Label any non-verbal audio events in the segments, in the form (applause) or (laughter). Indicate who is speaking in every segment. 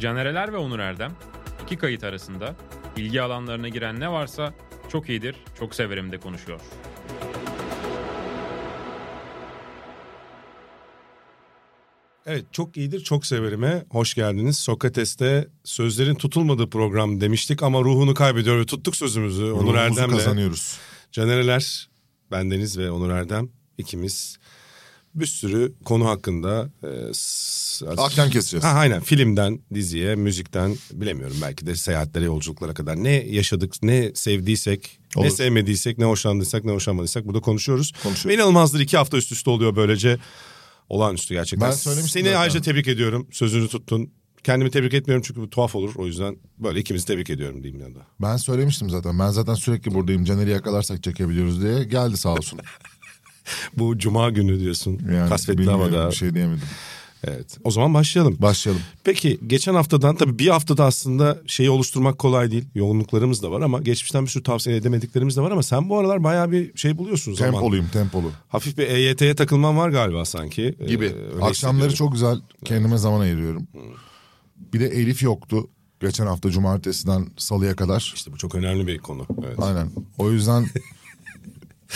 Speaker 1: Canereler ve Onur Erdem iki kayıt arasında ilgi alanlarına giren ne varsa çok iyidir, çok severim de konuşuyor.
Speaker 2: Evet çok iyidir çok severime hoş geldiniz. Sokates'te sözlerin tutulmadığı program demiştik ama ruhunu kaybediyor ve tuttuk sözümüzü. Onur
Speaker 3: Ruhumuzu
Speaker 2: Erdem'le.
Speaker 3: kazanıyoruz.
Speaker 2: Canereler, bendeniz ve Onur Erdem ikimiz bir sürü konu hakkında e, s-
Speaker 3: Ahkam keseceğiz.
Speaker 2: Ha, aynen filmden diziye, müzikten bilemiyorum belki de seyahatlere, yolculuklara kadar ne yaşadık, ne sevdiysek, ne
Speaker 3: Olur.
Speaker 2: sevmediysek, ne hoşlandıysak, ne hoşlanmadıysak burada konuşuyoruz.
Speaker 3: Konuşuyoruz.
Speaker 2: Ve inanılmazdır iki hafta üst üste oluyor böylece. Olağanüstü gerçekten.
Speaker 3: Ben söylemiştim
Speaker 2: Seni
Speaker 3: zaten.
Speaker 2: ayrıca tebrik ediyorum. Sözünü tuttun. Kendimi tebrik etmiyorum çünkü bu tuhaf olur. O yüzden böyle ikimizi tebrik ediyorum diyeyim yanında.
Speaker 3: Ben söylemiştim zaten. Ben zaten sürekli buradayım. Caner'i yakalarsak çekebiliyoruz diye. Geldi sağ
Speaker 2: (laughs)
Speaker 3: olsun.
Speaker 2: Bu cuma günü diyorsun.
Speaker 3: Yani
Speaker 2: Kasvetli
Speaker 3: bilmiyorum,
Speaker 2: havada.
Speaker 3: Bir şey diyemedim.
Speaker 2: Evet. O zaman başlayalım.
Speaker 3: Başlayalım.
Speaker 2: Peki geçen haftadan tabii bir haftada aslında şeyi oluşturmak kolay değil. Yoğunluklarımız da var ama geçmişten bir sürü tavsiye edemediklerimiz de var ama sen bu aralar bayağı bir şey buluyorsun zaman.
Speaker 3: Tempoluyum tempolu.
Speaker 2: Hafif bir EYT'ye takılman var galiba sanki. Ee,
Speaker 3: Gibi.
Speaker 2: öyle
Speaker 3: Akşamları
Speaker 2: hissediyorum.
Speaker 3: çok güzel kendime zaman ayırıyorum. Bir de Elif yoktu. Geçen hafta cumartesiden salıya kadar.
Speaker 2: İşte bu çok önemli bir konu. Evet.
Speaker 3: Aynen. O
Speaker 2: (laughs)
Speaker 3: yüzden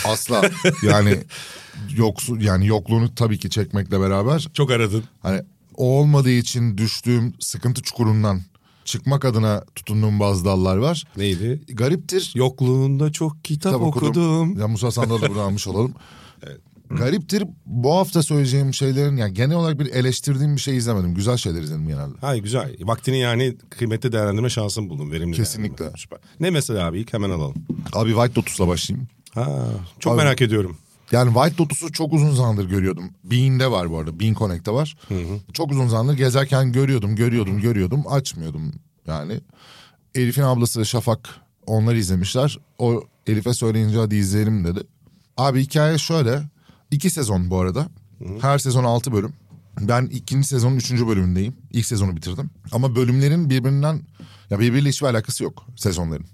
Speaker 3: asla yani yoksul yani yokluğunu tabii ki çekmekle beraber
Speaker 2: Çok aradın.
Speaker 3: hani o olmadığı için düştüğüm sıkıntı çukurundan çıkmak adına tutunduğum bazı dallar var.
Speaker 2: Neydi?
Speaker 3: Gariptir.
Speaker 2: Yokluğunda çok kitap,
Speaker 3: Kitap
Speaker 2: okudum.
Speaker 3: Ya Musa Sandal'ı da buradan
Speaker 2: (laughs)
Speaker 3: almış olalım. Gariptir bu hafta söyleyeceğim şeylerin yani genel olarak bir eleştirdiğim bir şey izlemedim. Güzel şeyler izledim genelde.
Speaker 2: Hayır güzel. Vaktini yani kıymetli değerlendirme şansın buldun. Verimli
Speaker 3: Kesinlikle.
Speaker 2: değerlendirme. Süper. Ne mesela abi ilk hemen alalım.
Speaker 3: Abi White Lotus'la başlayayım.
Speaker 2: Ha, çok
Speaker 3: Abi-
Speaker 2: merak ediyorum.
Speaker 3: Yani White Lotus'u çok uzun zamandır görüyordum. Bean'de var bu arada. Bean Connect'te var. Çok uzun zamandır gezerken görüyordum, görüyordum, görüyordum. Açmıyordum yani. Elif'in ablası Şafak onları izlemişler. O Elif'e söyleyince hadi izleyelim dedi. Abi hikaye şöyle. İki sezon bu arada. Her sezon altı bölüm. Ben ikinci sezonun üçüncü bölümündeyim. İlk sezonu bitirdim. Ama bölümlerin birbirinden... Ya birbiriyle hiçbir alakası yok sezonların.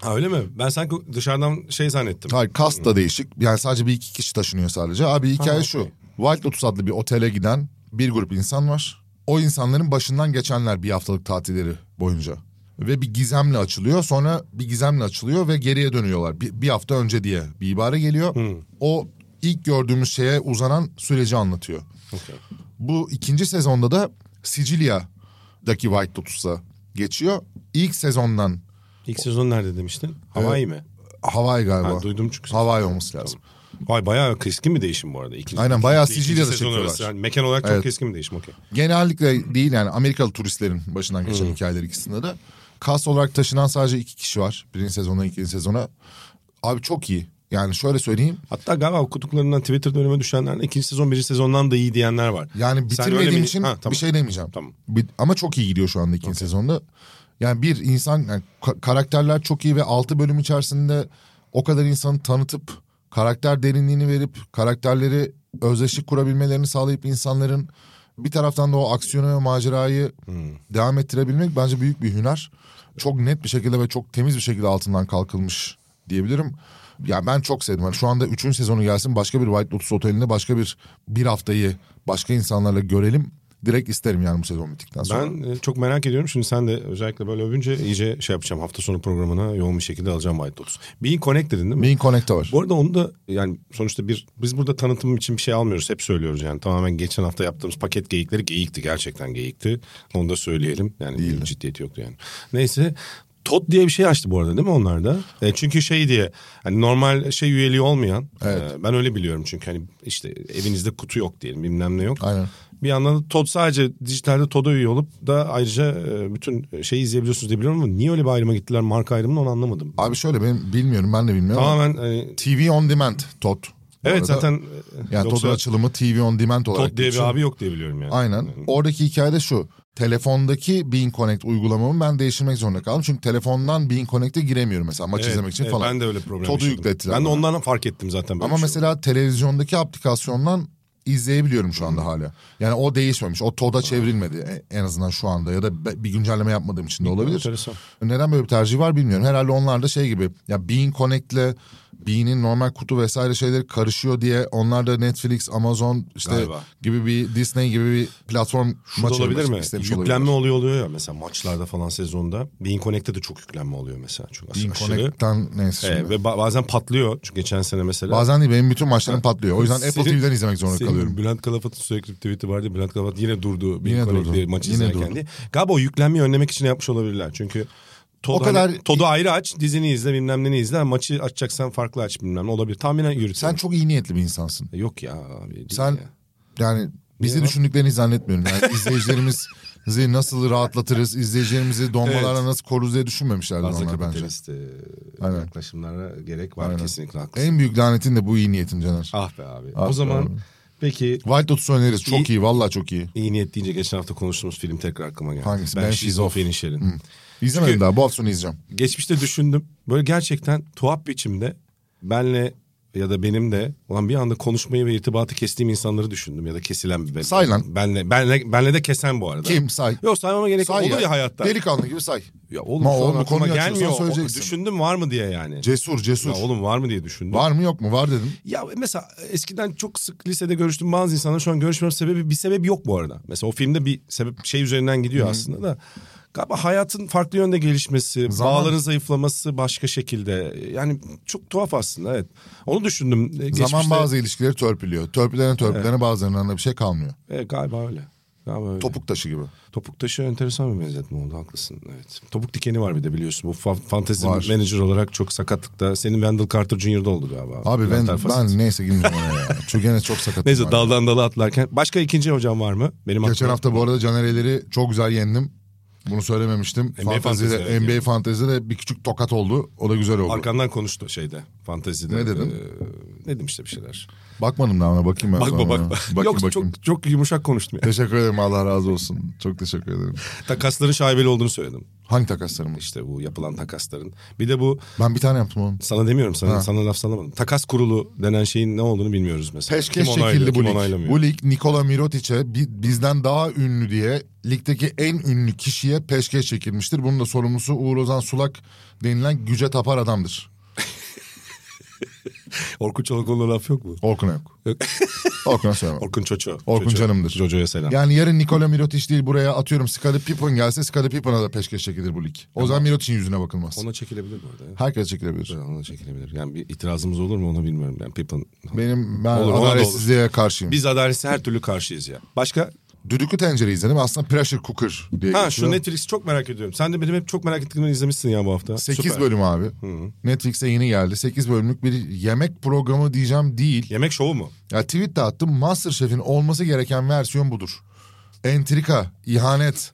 Speaker 2: Ha öyle mi? Ben sanki dışarıdan şey zannettim.
Speaker 3: Hayır kast da değişik. Yani sadece bir iki kişi taşınıyor sadece. Abi hikaye
Speaker 2: Ha,
Speaker 3: şu.
Speaker 2: okey.
Speaker 3: White Lotus adlı bir otele giden bir grup insan var. O insanların başından geçenler bir haftalık tatilleri boyunca. Ve bir gizemle açılıyor. Sonra bir gizemle açılıyor ve geriye dönüyorlar. Bir, bir hafta önce diye bir ibare geliyor.
Speaker 2: Hmm.
Speaker 3: O ilk gördüğümüz şeye uzanan süreci anlatıyor.
Speaker 2: Okey.
Speaker 3: Bu ikinci sezonda da Sicilya'daki White Lotus'a geçiyor. İlk sezondan
Speaker 2: İlk sezon nerede demiştin? Hawaii mi?
Speaker 3: Hawaii galiba.
Speaker 2: Ha, Ee, duydum çünkü.
Speaker 3: Hawaii olması lazım.
Speaker 2: Vay bayağı keskin bir değişim bu arada. İkinci,
Speaker 3: Aynen bayağı
Speaker 2: ikinci
Speaker 3: Sicilya'da
Speaker 2: sezon
Speaker 3: çekiyorlar.
Speaker 2: arası. Yani mekan olarak çok
Speaker 3: Evet.
Speaker 2: keskin bir değişim okey.
Speaker 3: Genellikle değil yani Amerikalı turistlerin başından geçen hikayeler ikisinde de. Kas olarak taşınan sadece iki kişi var. Birinci sezona ikinci sezona. Abi çok iyi. Yani şöyle söyleyeyim.
Speaker 2: Hatta galiba okuduklarından Twitter'da önüme düşenlerden ikinci sezon birinci sezondan da iyi diyenler var. Sen
Speaker 3: Yani
Speaker 2: öyle
Speaker 3: bitirmediğim
Speaker 2: mi-
Speaker 3: için
Speaker 2: Ha, tamam.
Speaker 3: bir şey demeyeceğim.
Speaker 2: Tamam.
Speaker 3: Bir- ama çok iyi gidiyor şu anda ikinci sezonda. Yani bir insan yani ka- karakterler çok iyi ve altı bölüm içerisinde o kadar insanı tanıtıp karakter derinliğini verip karakterleri özdeşlik kurabilmelerini sağlayıp insanların bir taraftan da o aksiyonu ve macerayı devam ettirebilmek bence büyük bir hüner. Çok net bir şekilde ve çok temiz bir şekilde altından kalkılmış diyebilirim. Ya ben çok sevdim. Yani şu anda 3. sezonu gelsin başka bir White Lotus otelinde başka bir bir haftayı başka insanlarla görelim. Direkt isterim yani bu sezon bittikten sonra.
Speaker 2: Ben e, çok merak ediyorum. Şimdi sen de özellikle böyle övünce iyice şey yapacağım. Hafta sonu programına yoğun bir şekilde alacağım White Lotus. Being Connect dedin değil mi?
Speaker 3: Main Connect'te var.
Speaker 2: Bu arada onu da yani sonuçta bir biz burada tanıtım için bir şey almıyoruz. Hep söylüyoruz yani tamamen geçen hafta yaptığımız paket geyikleri geyikti. Gerçekten geyikti. Onu da söyleyelim. Yani bir ciddiyeti yoktu yani. Neyse Tot diye bir şey açtı bu arada değil mi onlar da? E, çünkü şey diye hani normal şey üyeliği olmayan e, ben öyle biliyorum çünkü hani işte evinizde kutu yok diyelim bilmem ne yok.
Speaker 3: Aynen.
Speaker 2: Bir yandan da Todd sadece dijitalde Todd'a üye olup da ayrıca e, bütün şeyi izleyebiliyorsunuz diye biliyorum ama niye öyle bir ayrıma gittiler marka ayrımını onu anlamadım.
Speaker 3: Abi şöyle ben bilmiyorum ben de bilmiyorum. ama
Speaker 2: Tamamen hani
Speaker 3: TV on demand TOT. Bu
Speaker 2: Evet
Speaker 3: arada.
Speaker 2: zaten e,
Speaker 3: yani
Speaker 2: yoksa
Speaker 3: TOT'un açılımı TV on demand olarak.
Speaker 2: Tot diye bir
Speaker 3: geçiyor.
Speaker 2: abi yok diye biliyorum yani.
Speaker 3: Aynen. Oradaki hikayede şu. Telefondaki Bean Connect uygulamamı ben değiştirmek zorunda kaldım. Çünkü telefondan Bean Connect'e giremiyorum mesela maç
Speaker 2: Evet,
Speaker 3: izlemek için
Speaker 2: evet,
Speaker 3: falan.
Speaker 2: Ben de öyle problem
Speaker 3: Todd'u
Speaker 2: yaşadım.
Speaker 3: yüklettiler.
Speaker 2: Ben de
Speaker 3: bana.
Speaker 2: ondan fark ettim zaten. böyle
Speaker 3: Ama
Speaker 2: bir şey
Speaker 3: mesela televizyondaki aplikasyondan izleyebiliyorum şu anda hala. Yani o değişmemiş. O TOD'a çevrilmedi E, en azından şu anda ya da be- bir güncelleme yapmadığım için de
Speaker 2: oldu.
Speaker 3: olabilir.
Speaker 2: Enteresan.
Speaker 3: Neden böyle bir tercih var bilmiyorum. Herhalde onlar da şey gibi ya Bean Connect'le Bee'nin normal kutu vesaire şeyleri karışıyor diye onlar da Netflix, Amazon işte
Speaker 2: Galiba.
Speaker 3: gibi bir Disney gibi bir platform
Speaker 2: Şu da
Speaker 3: maçı
Speaker 2: olabilir mi?
Speaker 3: istemiş
Speaker 2: Yüklenme
Speaker 3: olabilir.
Speaker 2: oluyor oluyor ya mesela maçlarda falan sezonda. Bean Connect'te de çok yüklenme oluyor mesela. Çok
Speaker 3: Bean
Speaker 2: aşırı.
Speaker 3: Connect'ten neyse
Speaker 2: Ee,
Speaker 3: şimdi.
Speaker 2: ve ba- bazen patlıyor. Çünkü geçen sene mesela.
Speaker 3: Bazen değil benim bütün maçlarım patlıyor. E, O yüzden Apple
Speaker 2: Senin-
Speaker 3: TV'den izlemek zorunda
Speaker 2: Senin
Speaker 3: kalıyorum.
Speaker 2: Bülent Kalafat'ın sürekli tweet'i vardı. Bülent Kalafat yine durdu. Bir
Speaker 3: Yine
Speaker 2: Connect'te
Speaker 3: durdu.
Speaker 2: Maçı
Speaker 3: Yine
Speaker 2: izlerken
Speaker 3: durdu.
Speaker 2: diye. Galiba o yüklenmeyi önlemek için yapmış olabilirler. Çünkü Todd,
Speaker 3: O kadar-
Speaker 2: hani, Todd'u ayrı aç, dizini izle, bilmem neni izle. ama Maçı açacaksan farklı aç bilmem ne olabilir. Tahminen yürütüyor.
Speaker 3: Sen çok iyi niyetli bir insansın.
Speaker 2: Yok ya abi. değil
Speaker 3: Sen
Speaker 2: ya.
Speaker 3: yani bizi
Speaker 2: Niye lan?
Speaker 3: düşündüklerini zannetmiyorum. Yani izleyicilerimizi (laughs) nasıl rahatlatırız, izleyicilerimizi donmalarla
Speaker 2: Evet.
Speaker 3: nasıl koruruz diye düşünmemişlerdir
Speaker 2: Fazla
Speaker 3: onlar bence.
Speaker 2: kapitalist e,
Speaker 3: Aynen.
Speaker 2: yaklaşımlara gerek var
Speaker 3: Aynen.
Speaker 2: kesinlikle haklısın.
Speaker 3: En büyük lanetin de bu iyi niyetin Caner.
Speaker 2: Ah be abi.
Speaker 3: Ah
Speaker 2: o
Speaker 3: be
Speaker 2: zaman
Speaker 3: abi.
Speaker 2: peki
Speaker 3: White Lotus'u öneririz. Çok
Speaker 2: İyi-
Speaker 3: iyi, vallahi çok iyi.
Speaker 2: iyi niyet deyince geçen hafta konuştuğumuz film tekrar aklıma geldi.
Speaker 3: Hangisi?
Speaker 2: Ben, ben
Speaker 3: Ben
Speaker 2: She's of
Speaker 3: She's Hmm.
Speaker 2: Finisher'in.
Speaker 3: İzlemedim
Speaker 2: Çünkü-
Speaker 3: daha. Bu hafta sonu izleyeceğim.
Speaker 2: Geçmişte düşündüm. Böyle gerçekten tuhaf biçimde benle ya da benim de olan bir anda konuşmayı ve irtibatı kestiğim insanları düşündüm ya da kesilen bir
Speaker 3: Say lan.
Speaker 2: Benle, benle, benle de kesen bu arada.
Speaker 3: Kim? Say.
Speaker 2: Yok saymama gerek yok.
Speaker 3: Say
Speaker 2: olur ya, hayatta.
Speaker 3: Delikanlı gibi say.
Speaker 2: Ya oğlum
Speaker 3: Ma
Speaker 2: şu an
Speaker 3: oğlum, bu
Speaker 2: aklıma
Speaker 3: konuyu açıyorsan
Speaker 2: gelmiyor. O-
Speaker 3: söyleyeceksin.
Speaker 2: Düşündüm var mı diye yani.
Speaker 3: Cesur, cesur.
Speaker 2: Ya oğlum var mı diye düşündüm.
Speaker 3: Var mı yok mu? Var dedim.
Speaker 2: Ya mesela eskiden çok sık lisede görüştüğüm bazı insanlar şu an görüşmem sebebi bir sebep yok bu arada. Mesela o filmde bir sebep şey üzerinden gidiyor aslında da. Galiba hayatın farklı yönde gelişmesi,
Speaker 3: Zaman-
Speaker 2: bağların zayıflaması başka şekilde. Yani çok tuhaf aslında evet. Onu düşündüm. Ee, geçmişte-
Speaker 3: Zaman bazı ilişkileri törpülüyor. Törpülene törpülene bazılarından da bir şey kalmıyor.
Speaker 2: Evet, E, galiba öyle. Galiba öyle.
Speaker 3: Topuk taşı gibi.
Speaker 2: Topuk taşı enteresan bir benzetme oldu haklısın. Evet. Topuk dikeni var bir de biliyorsun. Bu fa- fantezi
Speaker 3: Var.
Speaker 2: manager olarak çok sakatlıkta. Senin Wendell Carter Jr'da oldu galiba.
Speaker 3: Abi ben,
Speaker 2: Plantar fasiti.
Speaker 3: ben neyse girmeyeceğim oraya ya. Çünkü
Speaker 2: (laughs)
Speaker 3: gene çok sakatım.
Speaker 2: Neyse
Speaker 3: var.
Speaker 2: daldan dala atlarken. Başka ikinci hocam var mı? Benim
Speaker 3: Geçen
Speaker 2: aklıma-
Speaker 3: hafta bu arada Canereleri çok güzel yendim. Bunu söylememiştim.
Speaker 2: NBA
Speaker 3: Fantezide,
Speaker 2: fantezi, evet,
Speaker 3: NBA fantezide bir küçük tokat oldu. O da güzel oldu.
Speaker 2: Arkandan konuştu şeyde. Fantezide.
Speaker 3: Ne dedim?
Speaker 2: Ee, ne demiş de bir şeyler.
Speaker 3: Bakmadım daha ona bakayım ben
Speaker 2: Bakma
Speaker 3: sonra.
Speaker 2: bakma. (laughs)
Speaker 3: Bakayım,
Speaker 2: Yok
Speaker 3: bakayım.
Speaker 2: çok çok yumuşak konuştum ya. (laughs)
Speaker 3: Teşekkür ederim Allah razı olsun. Çok teşekkür ederim.
Speaker 2: Takasların şaibeli olduğunu söyledim.
Speaker 3: Hangi takaslarım?
Speaker 2: İşte bu yapılan takasların. Bir de bu
Speaker 3: Ben bir tane yaptım oğlum.
Speaker 2: sana demiyorum sana
Speaker 3: Ha.
Speaker 2: sana laf salamadım. Takas kurulu denen şeyin ne olduğunu bilmiyoruz mesela.
Speaker 3: Peşkeş
Speaker 2: kim onaylıyor,
Speaker 3: şekilli bu
Speaker 2: kim
Speaker 3: lig.
Speaker 2: onaylamıyor.
Speaker 3: Bu lig Nikola Mirotic'e bi- bizden daha ünlü diye ligdeki en ünlü kişiye peşkeş çekilmiştir. Bunun da sorumlusu Uğur Ozan Sulak denilen güce tapar adamdır.
Speaker 2: Orkun Çolakoğlu'na laf yok mu?
Speaker 3: Orkun'a yok. Orkun'a söylemem.
Speaker 2: Orkun Çoço.
Speaker 3: Orkun
Speaker 2: Çoço.
Speaker 3: canımdır.
Speaker 2: Çoco'ya selam.
Speaker 3: (laughs) Yani yarın Nikola Mirotic değil buraya atıyorum Scottie Pippen gelse Scottie Pippen'a da peşkeş çekilir bu lig. O zaman Mirotic'in yüzüne bakılmaz.
Speaker 2: Ona çekilebilir bu arada. ya.
Speaker 3: Herkes çekilebilir.
Speaker 2: Ona çekilebilir. Yani bir itirazımız olur mu onu bilmiyorum. Yani Pippen.
Speaker 3: Benim ben
Speaker 2: Olur, ona da olur.
Speaker 3: adaletsizliğe karşıyım.
Speaker 2: Biz adaletse her türlü karşıyız ya. Başka
Speaker 3: Düdüklü tencere izledim. Aslında pressure cooker diye
Speaker 2: Ha
Speaker 3: geçiyor.
Speaker 2: şu Netflix'i çok merak ediyorum. Sen de benim hep çok merak ettiğimi izlemişsin ya bu hafta.
Speaker 3: 8
Speaker 2: Süper.
Speaker 3: bölüm abi. Netflix'e yeni geldi. 8 bölümlük bir yemek programı diyeceğim değil.
Speaker 2: Yemek şovu mu?
Speaker 3: Ya tweet de attım. Masterchef'in olması gereken versiyon budur. Entrika, ihanet,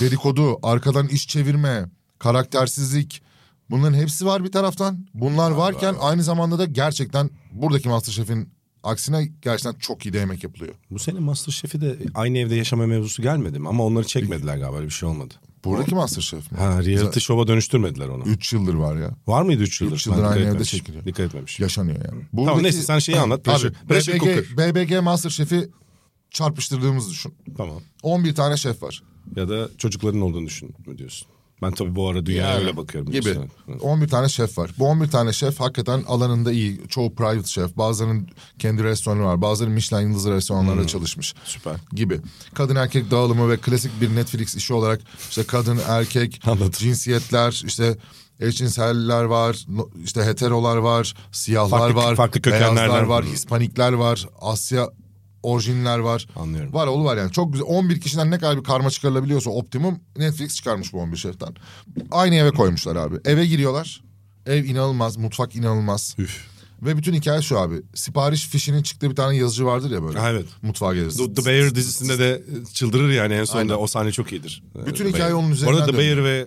Speaker 3: dedikodu, arkadan iş çevirme, karaktersizlik. Bunların hepsi var bir taraftan. Bunlar varken aynı zamanda da gerçekten buradaki Masterchef'in aksine gerçekten çok iyi de yemek yapılıyor.
Speaker 2: Bu sene Masterchef'i de aynı evde yaşama mevzusu gelmedi mi? Ama onları çekmediler galiba öyle bir şey olmadı.
Speaker 3: Buradaki Masterchef mi?
Speaker 2: Ha reality şova dönüştürmediler onu.
Speaker 3: 3 yıldır var ya.
Speaker 2: Var mıydı 3 yıldır?
Speaker 3: Üç yıldır
Speaker 2: Ben dikkat
Speaker 3: aynı evde
Speaker 2: etmemişim.
Speaker 3: çekiliyor.
Speaker 2: Dikkat etmemiş.
Speaker 3: Yaşanıyor yani.
Speaker 2: Tamam neyse sen şeyi anlat. Pressure,
Speaker 3: Abi,
Speaker 2: pressure cooker.
Speaker 3: BBG, BBG Masterchef'i çarpıştırdığımızı düşün.
Speaker 2: Tamam.
Speaker 3: 11 tane şef var.
Speaker 2: Ya da çocukların olduğunu düşün mü diyorsun? Ben tabii bu ara dünyaya
Speaker 3: Yani,
Speaker 2: öyle bakıyorum.
Speaker 3: Gibi.
Speaker 2: diyorsun. Hı.
Speaker 3: 11 tane şef var. Bu 11 tane şef hakikaten alanında iyi. Çoğu private şef. Bazılarının kendi restoranı var. Bazıları Michelin yıldızı restoranlarda çalışmış.
Speaker 2: Hmm. Süper.
Speaker 3: Gibi. Kadın erkek dağılımı ve klasik bir Netflix işi olarak işte kadın
Speaker 2: (laughs)
Speaker 3: erkek, cinsiyetler, işte eşcinseller var, no- işte heterolar var, siyahlar
Speaker 2: Farklı-
Speaker 3: var,
Speaker 2: farklı kökenlerden.
Speaker 3: beyazlar var,
Speaker 2: Hı.
Speaker 3: Hispanikler var, Asya orijinler var.
Speaker 2: Anlıyorum.
Speaker 3: Var oğlu var yani. Çok güzel. 11 kişiden ne kadar bir karma çıkarılabiliyorsa optimum Netflix çıkarmış bu 11 şeften. Aynı eve koymuşlar abi. Eve giriyorlar. Ev inanılmaz, mutfak inanılmaz.
Speaker 2: Üf.
Speaker 3: Ve bütün hikaye şu abi. Sipariş fişinin çıktığı bir tane yazıcı vardır ya böyle.
Speaker 2: Ha, evet.
Speaker 3: Mutfağa gelirsin.
Speaker 2: The, The Bear dizisinde de e, çıldırır yani en sonunda. O sahne çok iyidir. E,
Speaker 3: Bütün
Speaker 2: The
Speaker 3: hikaye
Speaker 2: Bear.
Speaker 3: onun
Speaker 2: Bu arada
Speaker 3: üzerinden
Speaker 2: The Bear ve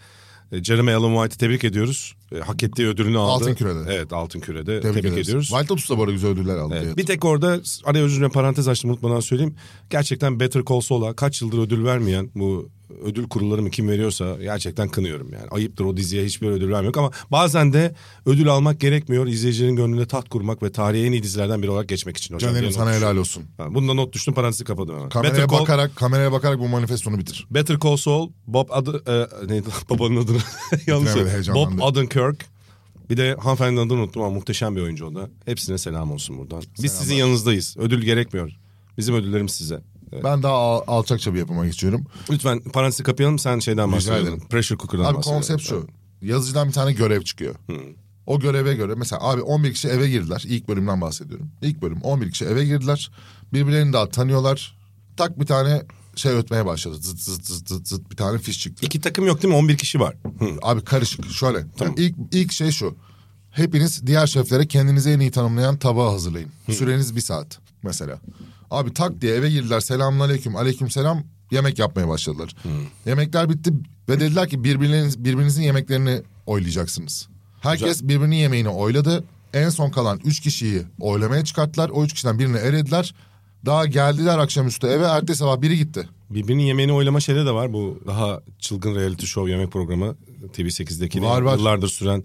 Speaker 2: e, Jeremy Allen White'ı tebrik ediyoruz. E, Hak ettiği ödülünü aldı.
Speaker 3: Altın Küre'de.
Speaker 2: Evet Altın Küre'de.
Speaker 3: Tebrik,
Speaker 2: Tebrik, ediyoruz.
Speaker 3: White Lotus da bu arada güzel ödüller aldı.
Speaker 2: Evet,
Speaker 3: diye.
Speaker 2: Bir tek orada araya özür dilerim, parantez açtım unutmadan söyleyeyim. Gerçekten Better Call Saul'a kaç yıldır ödül vermeyen bu ödül kurulları mı kim veriyorsa gerçekten kınıyorum yani. Ayıptır o diziye hiçbir ödül vermiyor ama bazen de ödül almak gerekmiyor. İzleyicinin gönlünde taht kurmak ve tarihe en iyi dizilerden biri olarak geçmek için hocam.
Speaker 3: Caner'im
Speaker 2: diye
Speaker 3: sana
Speaker 2: not
Speaker 3: helal
Speaker 2: düştüm.
Speaker 3: olsun.
Speaker 2: Ha, Bunu da not düştüm parantezi kapadım hemen.
Speaker 3: Kameraya
Speaker 2: Better Call,
Speaker 3: bakarak kameraya bakarak bu manifestonu bitir.
Speaker 2: Better Call Saul, Bob adı, e, neydi lan (laughs) babanın adını yanlış
Speaker 3: Bitiremedim,
Speaker 2: söyledim. Bob
Speaker 3: heyecanlandım.
Speaker 2: Odenkirk Bir de hanımefendinin adını unuttum ama muhteşem bir oyuncu o da. Hepsine selam olsun buradan. Biz sizin yanınızdayız. Ödül gerekmiyor. Bizim ödüllerimiz size. Evet.
Speaker 3: Ben daha al- alçakça bir yapıma geçiyorum.
Speaker 2: Lütfen parantezi kapayalım sen şeyden
Speaker 3: Rica
Speaker 2: bahsedelim.
Speaker 3: ederim.
Speaker 2: Pressure cooker'dan
Speaker 3: Abi
Speaker 2: bahsedelim.
Speaker 3: konsept şu. Yazıcıdan bir tane görev çıkıyor. O göreve göre mesela abi 11 kişi eve girdiler. İlk bölümden bahsediyorum. İlk bölüm 11 kişi eve girdiler. Birbirlerini daha tanıyorlar. Tak bir tane şey ötmeye başladı. Zıt zıt zıt zıt zıt bir tane fiş çıktı.
Speaker 2: İki takım yok değil mi? 11 kişi var. Hı.
Speaker 3: Abi karışık şöyle. Yani ilk, ilk şey şu. Hepiniz diğer şeflere kendinizi en iyi tanımlayan tabağı hazırlayın. Süreniz bir saat mesela. Abi tak diye eve girdiler. Selamun aleyküm. Aleyküm selam. Yemek yapmaya başladılar. Yemekler bitti ve dediler ki birbirleriniz, birbirinizin yemeklerini oylayacaksınız. Herkes birbirinin yemeğini oyladı. En son kalan üç kişiyi oylamaya çıkarttılar. O üç kişiden birini erediler. Daha geldiler akşamüstü eve. Ertesi sabah biri gitti.
Speaker 2: Birbirinin yemeğini oylama şeyleri de var. Bu daha çılgın reality show yemek programı TV8'deki de
Speaker 3: Var, var.
Speaker 2: yıllardır süren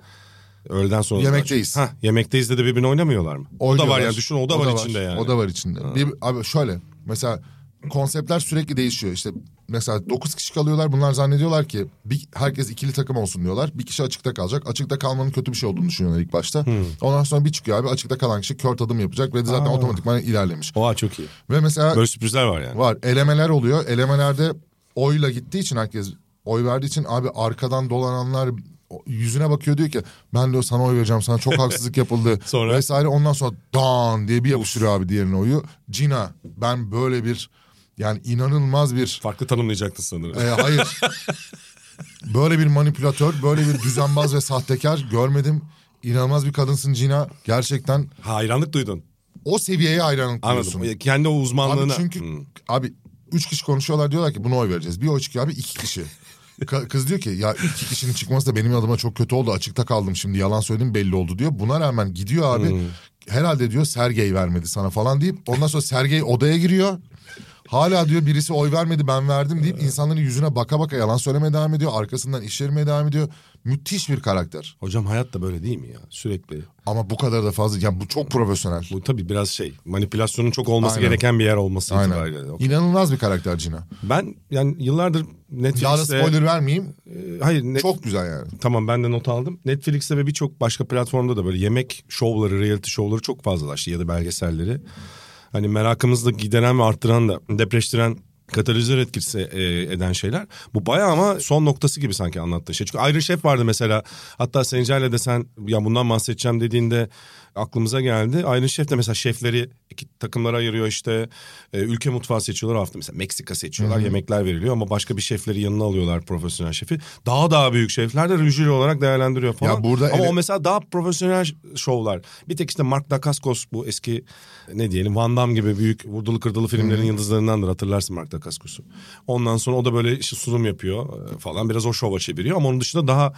Speaker 2: öğleden sonra.
Speaker 3: Yemekteyiz.
Speaker 2: Ha, yemekteyiz de, de birbirini oynamıyorlar mı? O da var
Speaker 3: Oynuyorlar.
Speaker 2: yani düşün o da var içinde yani.
Speaker 3: O da var içinde. Bir, abi şöyle mesela konseptler sürekli değişiyor. İşte mesela 9 kişi kalıyorlar bunlar zannediyorlar ki bir, herkes ikili takım olsun diyorlar. Bir kişi açıkta kalacak. Açıkta kalmanın kötü bir şey olduğunu düşünüyorlar ilk başta.
Speaker 2: Hmm.
Speaker 3: Ondan sonra bir çıkıyor abi açıkta kalan kişi kör tadım yapacak ve zaten otomatikman ilerlemiş.
Speaker 2: Oha çok iyi.
Speaker 3: Ve mesela
Speaker 2: Böyle sürprizler var yani.
Speaker 3: var elemeler oluyor. Elemelerde oyla gittiği için herkes oy verdiği için abi arkadan dolananlar o- yüzüne bakıyor diyor ki ben diyor sana oy vereceğim sana çok haksızlık yapıldı
Speaker 2: (laughs) Sonra?
Speaker 3: vesaire ondan sonra dan diye bir yapıştırıyor abi diğerine oyu. Cina ben böyle bir yani inanılmaz bir
Speaker 2: Farklı tanımlayacaktın sanırım.
Speaker 3: e,
Speaker 2: (laughs)
Speaker 3: hayır böyle bir manipülatör böyle bir düzenbaz ve sahtekar görmedim. İnanılmaz bir kadınsın Cina gerçekten
Speaker 2: Hayranlık duydun.
Speaker 3: o seviyeye hayranlık duyuyorsun.
Speaker 2: Anladım. E, Kendi o uzmanlığına. Hmm.
Speaker 3: Abi çünkü
Speaker 2: Hı.
Speaker 3: abi üç kişi konuşuyorlar diyorlar ki buna oy vereceğiz. Bir oy çıkıyor abi iki kişi. Ka- Kız diyor ki ya iki kişinin çıkması da benim adıma çok kötü oldu. Açıkta kaldım şimdi yalan söyledim belli oldu diyor. Buna rağmen gidiyor
Speaker 2: Hmm.
Speaker 3: abi. Herhalde diyor Sergey vermedi sana falan deyip ondan sonra Sergey odaya giriyor. Hala diyor birisi oy vermedi ben verdim deyip insanların yüzüne baka baka yalan söylemeye devam ediyor. Arkasından iş yerine devam ediyor. Müthiş bir karakter.
Speaker 2: Hocam hayat da böyle değil mi ya? Sürekli.
Speaker 3: Ama bu kadar da fazla. Yani bu çok profesyonel.
Speaker 2: Bu tabii biraz şey manipülasyonun çok olması
Speaker 3: Aynen.
Speaker 2: gereken bir yer olması
Speaker 3: Aynen.
Speaker 2: itibariyle. Okey.
Speaker 3: İnanılmaz bir karakter Cina.
Speaker 2: Ben yani yıllardır
Speaker 3: Daha da
Speaker 2: Netflix'te...
Speaker 3: spoiler vermeyeyim.
Speaker 2: E, Hayır net,
Speaker 3: Çok güzel yani.
Speaker 2: Tamam ben de not aldım. Netflix'te ve birçok başka platformda da böyle yemek şovları, reality şovları çok fazlalaştı ya da belgeselleri. Hani merakımızı da gideren ve arttıran da depreştiren katalizör etkisi e, eden şeyler. Bu bayağı ama son noktası gibi sanki anlattığın şey. Çünkü ayrı şef vardı mesela. Hatta Sencer'le de sen ya bundan bahsedeceğim dediğinde aklımıza geldi. Ayrı şef de mesela şefleri iki takımlara ayırıyor işte. E, ülke mutfağı seçiyorlar hafta mesela Meksika seçiyorlar. Yemekler veriliyor ama başka bir şefleri yanına alıyorlar profesyonel şefi. Daha daha büyük şefler de jüri olarak değerlendiriyor falan.
Speaker 3: Ya burada
Speaker 2: ama
Speaker 3: ele-
Speaker 2: o mesela daha profesyonel şovlar. Bir tek işte Mark Dacascos bu eski ne diyelim Van Damme gibi büyük vurdulu kırdılı filmlerin yıldızlarındandır hatırlarsın Mark Dacascos'u. Ondan sonra o da böyle işte sunum yapıyor e, falan biraz o şova çeviriyor ama onun dışında daha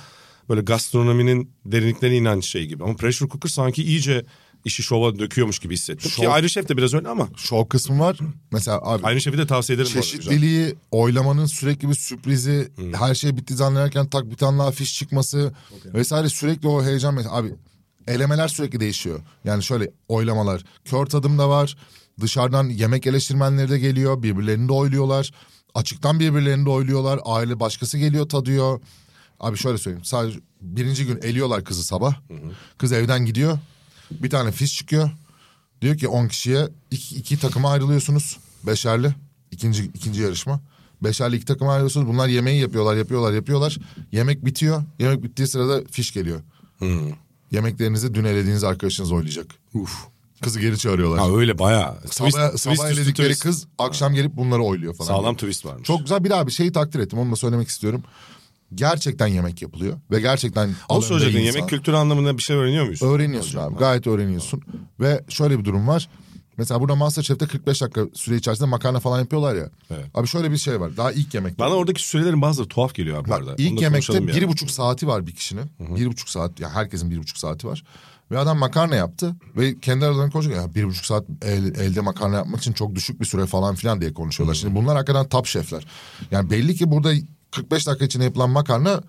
Speaker 2: böyle gastronominin derinliklerine inen şey gibi. Ama Pressure Cooker sanki iyice işi şova döküyormuş gibi hissettim. Ki
Speaker 3: Şov-
Speaker 2: Ayrı Şef de biraz öyle ama
Speaker 3: şov kısmı var. Mesela abi
Speaker 2: Ayrı Şef'i de tavsiye ederim. bu arada, güzel.
Speaker 3: çeşitliliği, oylamanın sürekli bir sürprizi, her şey bitti zannederken tak bir tane daha fiş çıkması vesaire sürekli o heyecan. mes- Abi elemeler sürekli değişiyor. Yani şöyle oylamalar. Kör tadım da var. Dışarıdan yemek eleştirmenleri de geliyor. Birbirlerini de oyluyorlar. Açıktan birbirlerini de oyluyorlar. Aile başkası geliyor tadıyor. Abi şöyle söyleyeyim. Sadece birinci gün eliyorlar kızı sabah. Kız evden gidiyor. Bir tane fiş çıkıyor. Diyor ki 10 kişiye iki, iki takıma ayrılıyorsunuz. Beşerli. ikinci ikinci yarışma. Beşerli iki takıma ayrılıyorsunuz. Bunlar yemeği yapıyorlar, yapıyorlar, yapıyorlar. Yemek bitiyor. Yemek bittiği sırada fiş geliyor.
Speaker 2: Hmm.
Speaker 3: Yemeklerinizi dün elediğiniz arkadaşınız oylayacak. Uf. Kızı geri çağırıyorlar.
Speaker 2: Ha öyle bayağı.
Speaker 3: sabah
Speaker 2: Twist-
Speaker 3: sabah
Speaker 2: twist üstü
Speaker 3: eledikleri
Speaker 2: twist.
Speaker 3: kız akşam gelip bunları oyluyor falan.
Speaker 2: Sağlam twist varmış.
Speaker 3: Çok güzel bir abi şeyi takdir ettim. Onu da söylemek istiyorum. Gerçekten yemek yapılıyor ve gerçekten
Speaker 2: Onu
Speaker 3: alanında
Speaker 2: söyleyecektin
Speaker 3: iyi
Speaker 2: yemek
Speaker 3: insan-
Speaker 2: kültürü anlamında bir şey öğreniyor muyuz?
Speaker 3: Öğreniyorsun abi. Gayet öğreniyorsun. Ve şöyle bir durum var. Mesela burada Masterchef'te 45 dakika süre içerisinde makarna falan yapıyorlar ya.
Speaker 2: Evet.
Speaker 3: Abi şöyle bir şey var. Daha ilk yemekte.
Speaker 2: Bana oradaki sürelerin bazıları tuhaf geliyor abi bu
Speaker 3: Bak,
Speaker 2: arada. Onu
Speaker 3: ilk
Speaker 2: da
Speaker 3: yemekte
Speaker 2: konuşalım
Speaker 3: bir buçuk saati var bir kişinin. Bir buçuk saat. Ya herkesin bir buçuk saati var. Ve adam makarna yaptı. Ve kendi aralarında konuşuyor. Ya bir buçuk saat el- elde makarna yapmak için çok düşük bir süre falan filan diye konuşuyorlar. Şimdi bunlar hakikaten top şefler. Yani belli ki burada 45 dakika içinde yapılan makarna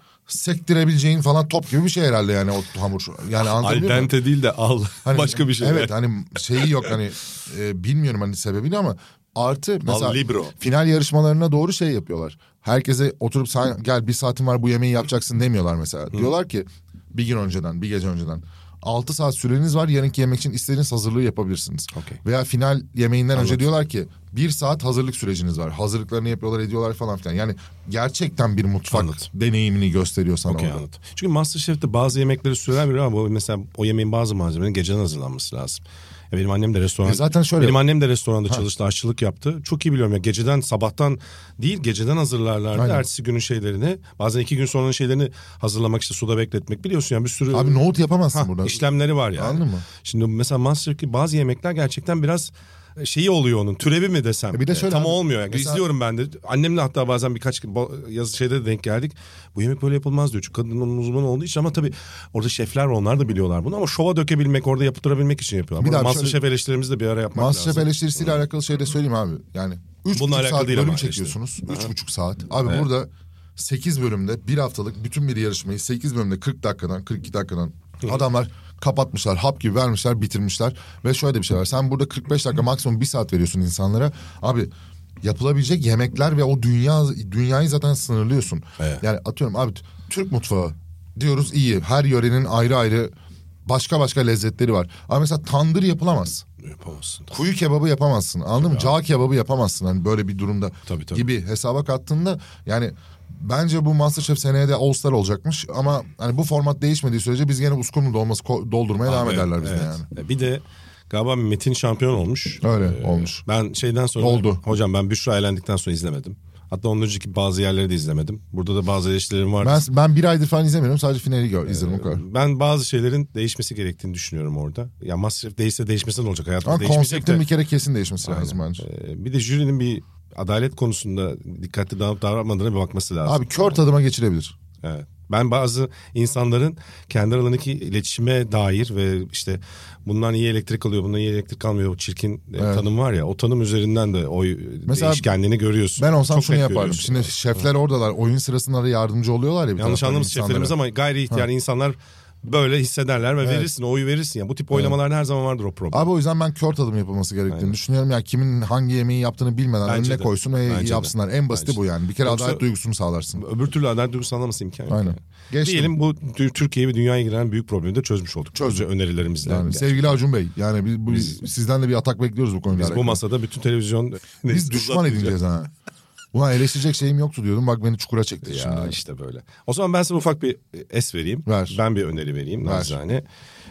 Speaker 3: sektirebileceğin falan top gibi bir şey herhalde yani o hamur. Yani
Speaker 2: Al
Speaker 3: anlatabiliyor muyum?
Speaker 2: dente değil de al.
Speaker 3: (laughs) Hani-
Speaker 2: Başka bir şey.
Speaker 3: Evet hani şeyi yok hani e, bilmiyorum hani sebebini ama artı mesela
Speaker 2: libro.
Speaker 3: final yarışmalarına doğru şey yapıyorlar. Herkese oturup sen gel bir saatin var bu yemeği yapacaksın demiyorlar mesela. Diyorlar ki Bir gün önceden, bir gece önceden. 6 saat süreniz var. Yarınki yemek için istediğiniz hazırlığı yapabilirsiniz.
Speaker 2: Okey.
Speaker 3: Veya final yemeğinden önce
Speaker 2: Anladım.
Speaker 3: diyorlar ki bir saat hazırlık süreciniz var. Hazırlıklarını yapıyorlar, ediyorlar falan filan. Yani gerçekten bir mutfak
Speaker 2: Anladım.
Speaker 3: deneyimini gösteriyor sana
Speaker 2: Okey
Speaker 3: orada.
Speaker 2: anladım. Çünkü Masterchef'te bazı yemekleri söyler ama bu mesela o yemeğin bazı malzemelerinin geceden hazırlanması lazım. Ya benim annem de restoran.
Speaker 3: E zaten şöyle-
Speaker 2: Benim annem de restoranda çalıştı, aşçılık yaptı. Çok iyi biliyorum ya geceden sabahtan değil geceden hazırlarlardı.
Speaker 3: Aynen.
Speaker 2: Ertesi günün şeylerini bazen iki gün sonranın şeylerini hazırlamak işte suda bekletmek biliyorsun yani bir sürü.
Speaker 3: Abi nohut yapamazsın
Speaker 2: Ha,
Speaker 3: burada.
Speaker 2: işlemleri var yani.
Speaker 3: Anladın mı?
Speaker 2: Şimdi mesela Masterchef'te bazı yemekler gerçekten biraz e, şeyi oluyor onun türevi mi desem.
Speaker 3: E bir de
Speaker 2: E,
Speaker 3: şöyle
Speaker 2: Tam
Speaker 3: abi,
Speaker 2: olmuyor yani.
Speaker 3: mesela-
Speaker 2: İzliyorum ben de. Annemle hatta bazen birkaç gün bo- yazı şeyde de denk geldik. Bu yemek böyle yapılmaz diyor. Çünkü kadının uzmanı olduğu için ama tabii orada şefler var, onlar da biliyorlar bunu ama şova dökebilmek orada yaptırabilmek için yapıyorlar.
Speaker 3: Bir
Speaker 2: Bir
Speaker 3: daha
Speaker 2: daha
Speaker 3: bir
Speaker 2: Masterchef eleştirimizi de bir ara yapmak
Speaker 3: Masterchef
Speaker 2: lazım.
Speaker 3: eleştirisiyle alakalı şey de söyleyeyim abi. Yani üç
Speaker 2: Bununla
Speaker 3: buçuk
Speaker 2: alakalı
Speaker 3: saat
Speaker 2: değil
Speaker 3: bölüm
Speaker 2: ama işte.
Speaker 3: çekiyorsunuz. üç buçuk saat. Abi burada 8 bölümde bir haftalık bütün bir yarışmayı 8 bölümde 40 dakikadan 42 dakikadan adamlar kapatmışlar. Hap gibi vermişler bitirmişler. Ve şöyle de bir şey var. Sen burada 45 dakika maksimum bir saat veriyorsun insanlara. Abi yapılabilecek yemekler ve o dünya dünyayı zaten sınırlıyorsun.
Speaker 2: Evet.
Speaker 3: Yani atıyorum abi Türk mutfağı diyoruz iyi. Her yörenin ayrı ayrı başka başka lezzetleri var. Ama mesela tandır yapılamaz
Speaker 2: Yapamazsın.
Speaker 3: kuyu kebabı yapamazsın anladın mı? Cağ kebabı yapamazsın hani böyle bir durumda
Speaker 2: Tabii, tabii.
Speaker 3: gibi hesaba kattığında yani bence bu Masterchef seneye de All Star olacakmış ama hani bu format değişmediği sürece biz gene uskumru dolması ko- doldurmaya devam
Speaker 2: Evet,
Speaker 3: ederler bizde
Speaker 2: evet.
Speaker 3: yani.
Speaker 2: E, Bir de galiba Metin şampiyon olmuş. E,
Speaker 3: Öyle olmuş.
Speaker 2: Ben şeyden sonra...
Speaker 3: Oldu.
Speaker 2: Hocam ben Büşra elendikten sonra izlemedim. Hatta ondan önceki bazı yerleri de izlemedim. Burada da bazı eleştirilerim vardı.
Speaker 3: Ben, ben bir aydır falan izlemiyorum sadece finali
Speaker 2: Ee,
Speaker 3: gör, izlerim o kadar.
Speaker 2: Ben bazı şeylerin değişmesi gerektiğini düşünüyorum orada. Ya masraf değişse değişmesi ne olacak? Hayatım
Speaker 3: Ama
Speaker 2: değişmeyecek
Speaker 3: konseptin
Speaker 2: de.
Speaker 3: bir kere kesin değişmesi lazım bence.
Speaker 2: Ee, Bir de jürinin bir adalet konusunda dikkatli davranıp davranmadığına bir bakması lazım.
Speaker 3: Abi kör tadıma geçirebilir.
Speaker 2: Evet. Ben bazı insanların kendi aralarındaki iletişime dair ve işte bundan iyi elektrik alıyor, bundan iyi elektrik almıyor o çirkin e, tanım var ya. O tanım üzerinden de oy e,
Speaker 3: Mesela
Speaker 2: değişkenliğini görüyorsun.
Speaker 3: Ben olsam
Speaker 2: Çok
Speaker 3: şunu
Speaker 2: net
Speaker 3: yapardım.
Speaker 2: görüyorsun.
Speaker 3: Şimdi şefler oradalar oyun sırasında da yardımcı oluyorlar ya. bir
Speaker 2: Yanlış
Speaker 3: taraftan
Speaker 2: anlamış
Speaker 3: insanlara.
Speaker 2: şeflerimiz ama gayri ihtiyar insanlar böyle hissederler ve verirsin, oyu verirsin. ya Bu tip oylamalarda her zaman vardır o problem.
Speaker 3: Abi o yüzden ben kör tadım yapılması gerektiğini düşünüyorum. Yani kimin hangi yemeği yaptığını bilmeden
Speaker 2: Bence
Speaker 3: önüne
Speaker 2: de.
Speaker 3: koysun ve
Speaker 2: Bence de.
Speaker 3: yapsınlar. En basiti
Speaker 2: Bence
Speaker 3: bu yani. Bir kere
Speaker 2: Yoksa-
Speaker 3: adalet duygusunu sağlarsın.
Speaker 2: Öbür türlü adalet duygusu anlaması imkan yok.
Speaker 3: Aynen.
Speaker 2: yani.
Speaker 3: Geçtim.
Speaker 2: Diyelim bu tü- Türkiye ve dünyaya giren büyük problemi de çözdük olduk. Çözü önerilerimizle.
Speaker 3: Yani
Speaker 2: Yani
Speaker 3: sevgili Acun Bey yani biz, bu- sizden de bir atak bekliyoruz bu konuda.
Speaker 2: Biz bu masada bütün televizyon... (laughs)
Speaker 3: biz düşman edineceğiz ha. Ulan eleştirecek şeyim yoktu diyordum. Bak beni çukura çekti
Speaker 2: Ya
Speaker 3: şimdi.
Speaker 2: işte böyle. O zaman ben sana ufak bir e, es vereyim.
Speaker 3: Ver.
Speaker 2: Ben bir öneri vereyim
Speaker 3: Ver.
Speaker 2: nacizane.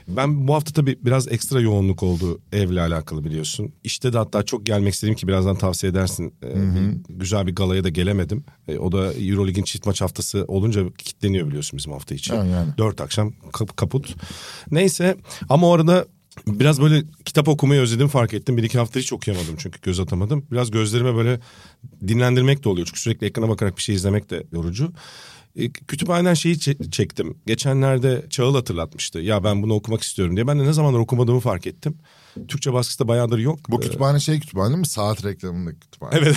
Speaker 2: Ben bu hafta tabii biraz ekstra yoğunluk oldu evle alakalı biliyorsun. İşte de hatta çok gelmek istedim ki birazdan tavsiye edersin. Ee, bir- güzel bir galaya da gelemedim. Ee, o da Eurolig'in çift maç haftası olunca kitleniyor biliyorsun bizim hafta için.
Speaker 3: Ha, yani.
Speaker 2: Dört akşam kap- kaput. Neyse ama o arada biraz böyle kitap okumayı özledim fark ettim. Bir iki hafta hiç okuyamadım çünkü göz atamadım. Biraz gözlerime böyle dinlendirmek de oluyor. Çünkü sürekli ekrana bakarak bir şey izlemek de yorucu. E, Kütüphaneden şeyi çe- çektim. Geçenlerde Çağıl hatırlatmıştı. Ya ben bunu okumak istiyorum diye. Ben de ne zamandır okumadığımı fark ettim. Türkçe baskısı da bayağıdır yok.
Speaker 3: Bu
Speaker 2: Ee,
Speaker 3: kütüphane şey kütüphane değil mi? Saat reklamındaki kütüphane.
Speaker 2: Evet.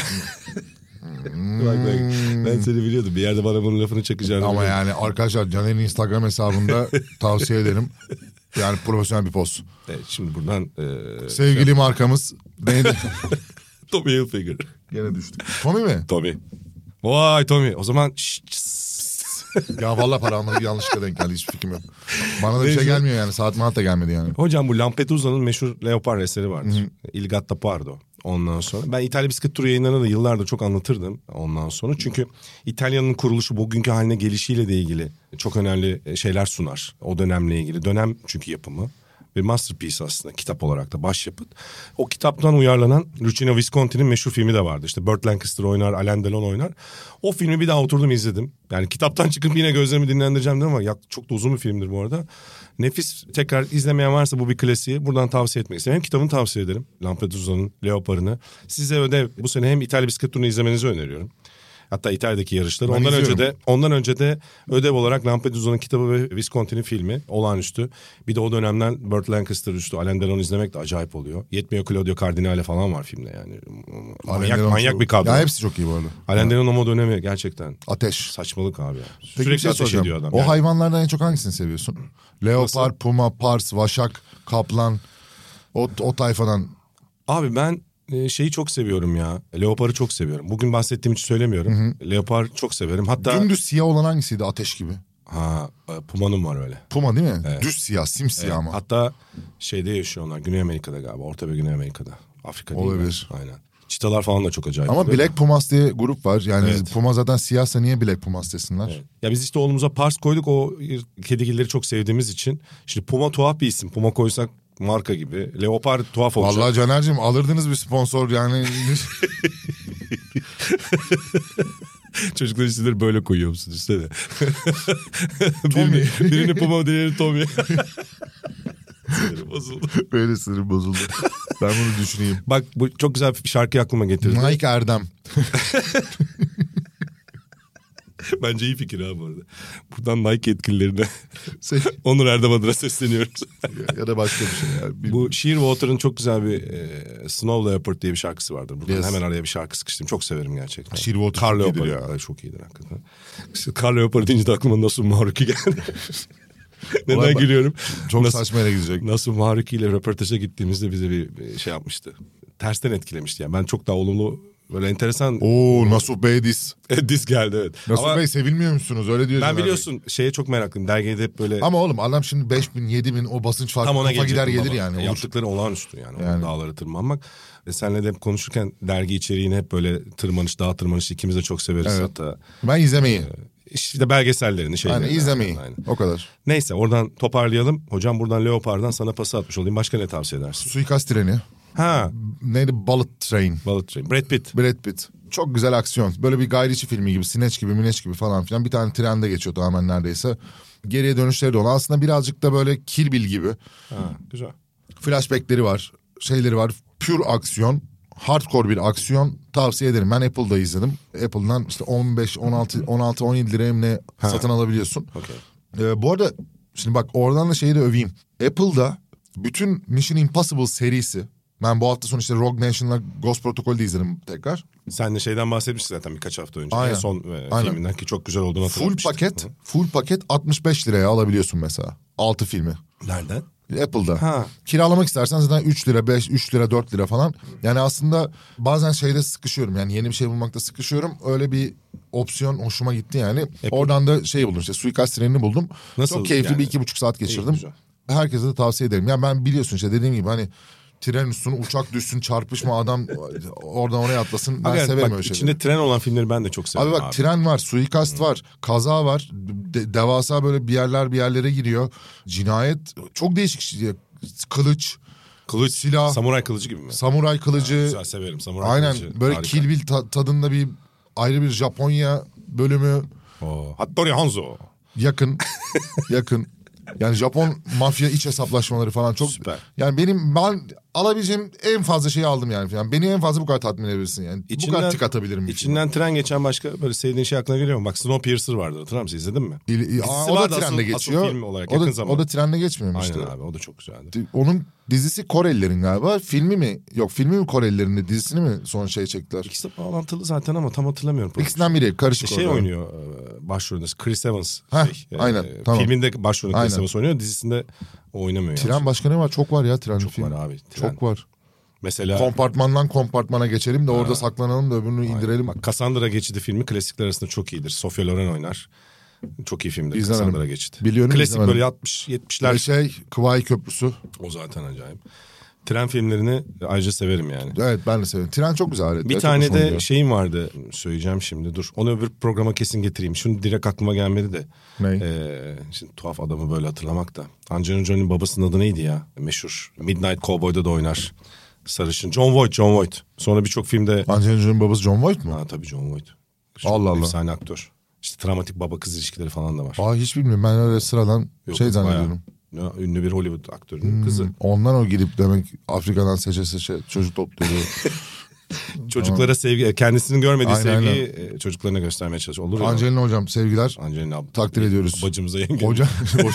Speaker 2: Bak, bak. Hmm. Ben seni biliyordum. Bir yerde bana bunun lafını çakacağını
Speaker 3: Ama
Speaker 2: biliyordum.
Speaker 3: yani arkadaşlar Caner'in
Speaker 2: (laughs)
Speaker 3: Instagram hesabında tavsiye ederim. Yani profesyonel bir post.
Speaker 2: Evet, şimdi buradan e, (laughs)
Speaker 3: Sevgili markamız neydi?
Speaker 2: Tommy Hilfiger.
Speaker 3: Gene düştük. Tommy mi?
Speaker 2: Tommy. Vay Tommy. O zaman şşş, (laughs) şşş.
Speaker 3: Ya valla para almadı bir yanlışlıkla denk geldi hiçbir fikrim yok. Bana da bir şey
Speaker 2: Neyse.
Speaker 3: gelmiyor yani saat maat da gelmedi yani.
Speaker 2: Hocam bu Lampedusa'nın meşhur Leopar eseri vardır. Il Gatta Pardo. Ondan sonra ben İtalya Bisiklet Turu yayınlarına da yıllardır çok anlatırdım ondan sonra. Çünkü İtalya'nın kuruluşu bugünkü haline gelişiyle de ilgili çok önemli e, şeyler sunar. O dönemle ilgili dönem çünkü yapımı. Bir masterpiece aslında kitap olarak da başyapıt. O kitaptan uyarlanan Luciano Visconti'nin meşhur filmi de vardı. İşte Burt Lancaster oynar, Alain Delon oynar. O filmi bir daha oturdum izledim. Yani kitaptan (laughs) çıkıp yine gözlerimi dinlendireceğim dedim ama ya, çok da uzun bir filmdir bu arada. Nefis tekrar izlemeyen varsa bu bir klasiği buradan tavsiye etmek isterim. Hem kitabını tavsiye ederim. Lampedusa'nın Leopar'ını. Size ödev bu sene hem İtalya bisiklet turunu izlemenizi öneriyorum. Hatta İtalya'daki yarışları.
Speaker 3: Ben
Speaker 2: ondan
Speaker 3: izliyorum.
Speaker 2: önce de ondan önce de ödev olarak Lampedusa'nın kitabı ve Visconti'nin filmi olağanüstü. Bir de o dönemden Burt Lancaster üstü Alain Delon izlemek de acayip oluyor. Yetmiyor Claudio Cardinale falan var filmde yani. Manyak,
Speaker 3: Alenderon
Speaker 2: manyak
Speaker 3: çok-
Speaker 2: bir kadro.
Speaker 3: Ya hepsi çok iyi bu arada.
Speaker 2: Alain Delon'un o dönemi gerçekten
Speaker 3: Ateş.
Speaker 2: saçmalık abi. ya.
Speaker 3: Peki
Speaker 2: Sürekli
Speaker 3: bir şey
Speaker 2: ateş
Speaker 3: soracağım.
Speaker 2: ediyor adam.
Speaker 3: O
Speaker 2: yani.
Speaker 3: hayvanlardan en çok hangisini seviyorsun? Leopar,
Speaker 2: Nasıl?
Speaker 3: puma, pars, vaşak, kaplan. O, o tayfadan.
Speaker 2: Abi ben e, şeyi çok seviyorum ya. Leopar'ı çok seviyorum. Bugün bahsettiğim için söylemiyorum. Leopar çok severim. Hatta
Speaker 3: Dümdüz siyah olan hangisiydi ateş gibi?
Speaker 2: Ha, e, Puma'nın var öyle.
Speaker 3: Puma değil mi? Düz siyah, simsiyah ama.
Speaker 2: Hatta şeyde yaşıyor onlar. Güney Amerika'da galiba. Orta ve Güney Amerika'da. Afrika değil
Speaker 3: Olabilir.
Speaker 2: mi? Aynen. Çitalar falan da çok acayip.
Speaker 3: Ama
Speaker 2: oluyor.
Speaker 3: Black Pumas diye grup var. Yani
Speaker 2: Evet.
Speaker 3: Puma zaten siyahsa niye Black Pumas desinler?
Speaker 2: Evet. Ya biz işte oğlumuza Pars koyduk. O kedigilleri çok sevdiğimiz için. Şimdi Puma tuhaf bir isim. Puma koysak marka gibi. Leopar tuhaf olacak.
Speaker 3: Vallahi Caner'cim alırdınız bir sponsor yani.
Speaker 2: (laughs) Çocuklar isimleri böyle koyuyor musun
Speaker 3: (laughs)
Speaker 2: üstüne de?
Speaker 3: Tommy.
Speaker 2: birini, birini Puma diğerini
Speaker 3: (laughs)
Speaker 2: Tommy. Sinirim bozuldu.
Speaker 3: Böyle sinirim bozuldu. ben bunu düşüneyim.
Speaker 2: Bak bu çok güzel bir şarkı aklıma getirdi.
Speaker 3: Mike Erdem.
Speaker 2: Bence iyi fikir ha bu arada. Buradan Nike yetkililerine (laughs)
Speaker 3: Şey,
Speaker 2: Onur Erdem adına sesleniyoruz.
Speaker 3: ya da başka bir şey. Yani. Bir-
Speaker 2: bu Shearwater'ın çok diye bir e, Snow Leopard diye bir şarkısı vardır. Buradan
Speaker 3: Yes.
Speaker 2: hemen araya bir şarkı sıkıştırdım. Çok severim gerçekten.
Speaker 3: Shearwater
Speaker 2: Karl
Speaker 3: çok
Speaker 2: Leopard.
Speaker 3: iyidir
Speaker 2: Ya. Çok iyidir hakikaten. İşte Karl Leopard deyince de aklıma nasıl Maruki
Speaker 3: (laughs)
Speaker 2: geldi. Neden
Speaker 3: Ulan ben-
Speaker 2: gülüyorum?
Speaker 3: Çok
Speaker 2: Nasıl-
Speaker 3: saçma yere gidecek.
Speaker 2: Nasıl Maruki ile röportaja gittiğimizde bize bir bir şey yapmıştı. Tersten etkilemişti yani. Ben çok daha olumlu böyle enteresan (laughs)
Speaker 3: Oo Nasuh Bey diz.
Speaker 2: dis geldi evet.
Speaker 3: Nasuh
Speaker 2: Ama
Speaker 3: Bey sevilmiyor musunuz? Öyle
Speaker 2: ben
Speaker 3: diyor. Caner Bey.
Speaker 2: biliyorsun şeye çok meraklıyım. Dergide hep böyle
Speaker 3: Ama oğlum adam şimdi 5000 bin yedi bin o basınç farkı
Speaker 2: Tam ona
Speaker 3: kafa gider
Speaker 2: gelecektim
Speaker 3: gelir
Speaker 2: baba.
Speaker 3: yani. Olur.
Speaker 2: Yaptıkları olağanüstü yani,
Speaker 3: Yani.
Speaker 2: O dağlara tırmanmak. E senle de hep konuşurken dergi içeriğini hep böyle tırmanış, dağ tırmanışı ikimiz de çok severiz
Speaker 3: Evet.
Speaker 2: hatta.
Speaker 3: Ben izlemeyi.
Speaker 2: İşte belgesellerini şeylerini.
Speaker 3: Yani izlemeyi.
Speaker 2: Aynen.
Speaker 3: O kadar.
Speaker 2: Neyse oradan toparlayalım. Hocam buradan Leopard'dan sana pası atmış olayım. Başka ne tavsiye edersin?
Speaker 3: Suikast treni.
Speaker 2: Ha
Speaker 3: Neydi? Bullet Train.
Speaker 2: Bullet Train. Brad Pitt.
Speaker 3: Brad Pitt. Çok güzel aksiyon. Böyle bir Guy Ritchie filmi gibi, Sineç gibi, Mineç gibi falan filan. Bir tane trende geçiyor tamamen neredeyse. Geriye dönüşleri de olan. Aslında birazcık da böyle Kill Bill gibi.
Speaker 2: Ha, güzel.
Speaker 3: Flashbackleri var, şeyleri var. Pure aksiyon, hardcore bir aksiyon tavsiye ederim. Ben Apple'da izledim. Apple'dan işte 15, 16, 16, 17 liraya mı ne satın alabiliyorsun.
Speaker 2: Okey.
Speaker 3: Ee, bu arada şimdi bak oradan da şeyi de öveyim. Apple'da bütün Mission Impossible serisi ben bu hafta sonu işte Rogue Nation'la Ghost Protocol'de izledim tekrar.
Speaker 2: Sen de şeyden bahsetmiştin zaten birkaç hafta önce.
Speaker 3: Aynen.
Speaker 2: En son e,
Speaker 3: Aynen.
Speaker 2: filminden ki çok güzel olduğunu
Speaker 3: Full
Speaker 2: hatırlamıştım.
Speaker 3: paket, full paket 65 liraya alabiliyorsun mesela. 6 filmi.
Speaker 2: Nereden?
Speaker 3: Apple'da.
Speaker 2: Ha.
Speaker 3: Kiralamak istersen zaten 3 lira, 5, 3 lira, 4 lira falan. Yani aslında bazen şeyde sıkışıyorum. Yani yeni bir şey bulmakta sıkışıyorum. Öyle bir opsiyon hoşuma gitti yani. Oradan da şey buldum işte suikast trenini buldum.
Speaker 2: E, Nasıl
Speaker 3: Çok keyifli
Speaker 2: yani?
Speaker 3: bir iki buçuk saat geçirdim.
Speaker 2: güzel.
Speaker 3: Herkese de tavsiye ederim. Yani ben biliyorsun işte dediğim gibi hani tren üstüne uçak düşsün çarpışma adam oradan oraya atlasın. Ben
Speaker 2: Aga,
Speaker 3: severim
Speaker 2: bak,
Speaker 3: öyle şeyleri.
Speaker 2: içinde tren olan filmleri ben de çok
Speaker 3: Abi
Speaker 2: seviyorum
Speaker 3: bak
Speaker 2: abi.
Speaker 3: tren var, suikast var, kaza var. de- devasa böyle bir yerler bir yerlere giriyor. Cinayet çok değişik şey. Kılıç,
Speaker 2: Kılıç,
Speaker 3: silah,
Speaker 2: Samuray kılıcı gibi mi?
Speaker 3: samuray kılıcı.
Speaker 2: Güzel severim. Samuray
Speaker 3: Ee, aynen
Speaker 2: kılıcı.
Speaker 3: böyle
Speaker 2: harika.
Speaker 3: Kill Bill ta- tadında bir ayrı bir Japonya bölümü
Speaker 2: Oo. Hattori Hanzo. (laughs)
Speaker 3: yakın. yakın. Yani Japon mafya iç hesaplaşmaları falan çok
Speaker 2: Süper.
Speaker 3: Yani benim ben alabileceğim en fazla şeyi aldım yani. yani beni en fazla bu kadar tatmin edebilirsin yani. bu kadar tık atabilirim. bir filme.
Speaker 2: İçinden tren geçen başka böyle sevdiğin şey aklına geliyor mu? Bak Snowpiercer vardı hatırlar mısın? İzledin mi?
Speaker 3: İl- Aa,
Speaker 2: Dizisi
Speaker 3: o da
Speaker 2: vardı
Speaker 3: trende
Speaker 2: asıl- asıl
Speaker 3: geçiyor.
Speaker 2: film olarak
Speaker 3: o da
Speaker 2: yakın zamanda.
Speaker 3: o da trende geçmiyor mu
Speaker 2: Aynen
Speaker 3: işte.
Speaker 2: abi o da çok güzeldi.
Speaker 3: Di- Onun dizisi Korelilerin galiba. Filmi mi? Yok filmi mi Korelilerin de, dizisini mi son şey çektiler?
Speaker 2: İkisi de bağlantılı zaten ama tam hatırlamıyorum.
Speaker 3: İkisinden biri karışık
Speaker 2: şey
Speaker 3: orada.
Speaker 2: oynuyor e, başrolünde Chris Evans.
Speaker 3: Heh,
Speaker 2: şey, e,
Speaker 3: aynen, tamam.
Speaker 2: Filminde başrolünde Chris
Speaker 3: Aynen.
Speaker 2: Evans oynuyor dizisinde o oynamıyor.
Speaker 3: Tren başka ne var? Çok var ya tren
Speaker 2: Çok
Speaker 3: film.
Speaker 2: var abi, tren.
Speaker 3: Çok var.
Speaker 2: Mesela
Speaker 3: Kompartmandan kompartmana geçelim de orada saklanalım da öbürünü indirelim.
Speaker 2: bak Cassandra Geçidi filmi klasikler arasında çok iyidir. Sofia Loren oynar. Çok iyi filmdir
Speaker 3: İzlemedim.
Speaker 2: Cassandra Geçidi.
Speaker 3: Biliyorum,
Speaker 2: Klasik
Speaker 3: izlemedim.
Speaker 2: böyle 60 70'ler
Speaker 3: Bir şey Kıvay Köprüsü.
Speaker 2: O zaten acayip. Tren filmlerini ayrıca severim yani.
Speaker 3: Evet ben de seviyorum. Tren çok güzel. alet.
Speaker 2: Bir
Speaker 3: Evet,
Speaker 2: tane
Speaker 3: hoşuma
Speaker 2: de
Speaker 3: gidiyor.
Speaker 2: şeyim vardı söyleyeceğim şimdi dur. Onu öbür programa kesin getireyim. Şunu direkt aklıma gelmedi de.
Speaker 3: Ney?
Speaker 2: Ee, şimdi tuhaf adamı böyle hatırlamak da. Angelina Jolie'nin babasının adı neydi ya? Meşhur. Midnight Cowboy'da da oynar. Sarışın. John Voight, John Voight. Sonra birçok filmde...
Speaker 3: Angelina Jolie'nin babası John Voight mu?
Speaker 2: Ha tabii John Voight.
Speaker 3: Allah Allah.
Speaker 2: Efsane aktör. İşte travmatik baba kız ilişkileri falan da var.
Speaker 3: Aa hiç bilmiyorum. Ben öyle sıradan
Speaker 2: Yok,
Speaker 3: şey
Speaker 2: bayağı.
Speaker 3: zannediyorum.
Speaker 2: Ya, Ünlü bir Hollywood aktörünün
Speaker 3: Hmm,
Speaker 2: kızı.
Speaker 3: Ondan o gidip demek Afrika'dan seçe seçe
Speaker 2: (laughs)
Speaker 3: çocuk topluyor.
Speaker 2: Çocuklara sevgi, kendisinin görmediği
Speaker 3: Aynen,
Speaker 2: sevgiyi e, çocuklarına göstermeye çalışıyor. Olur ya.
Speaker 3: Angelina hocam sevgiler.
Speaker 2: Angelina abla. (laughs)
Speaker 3: Takdir ediyoruz.
Speaker 2: Bacımıza yenge.
Speaker 3: Hocam (laughs)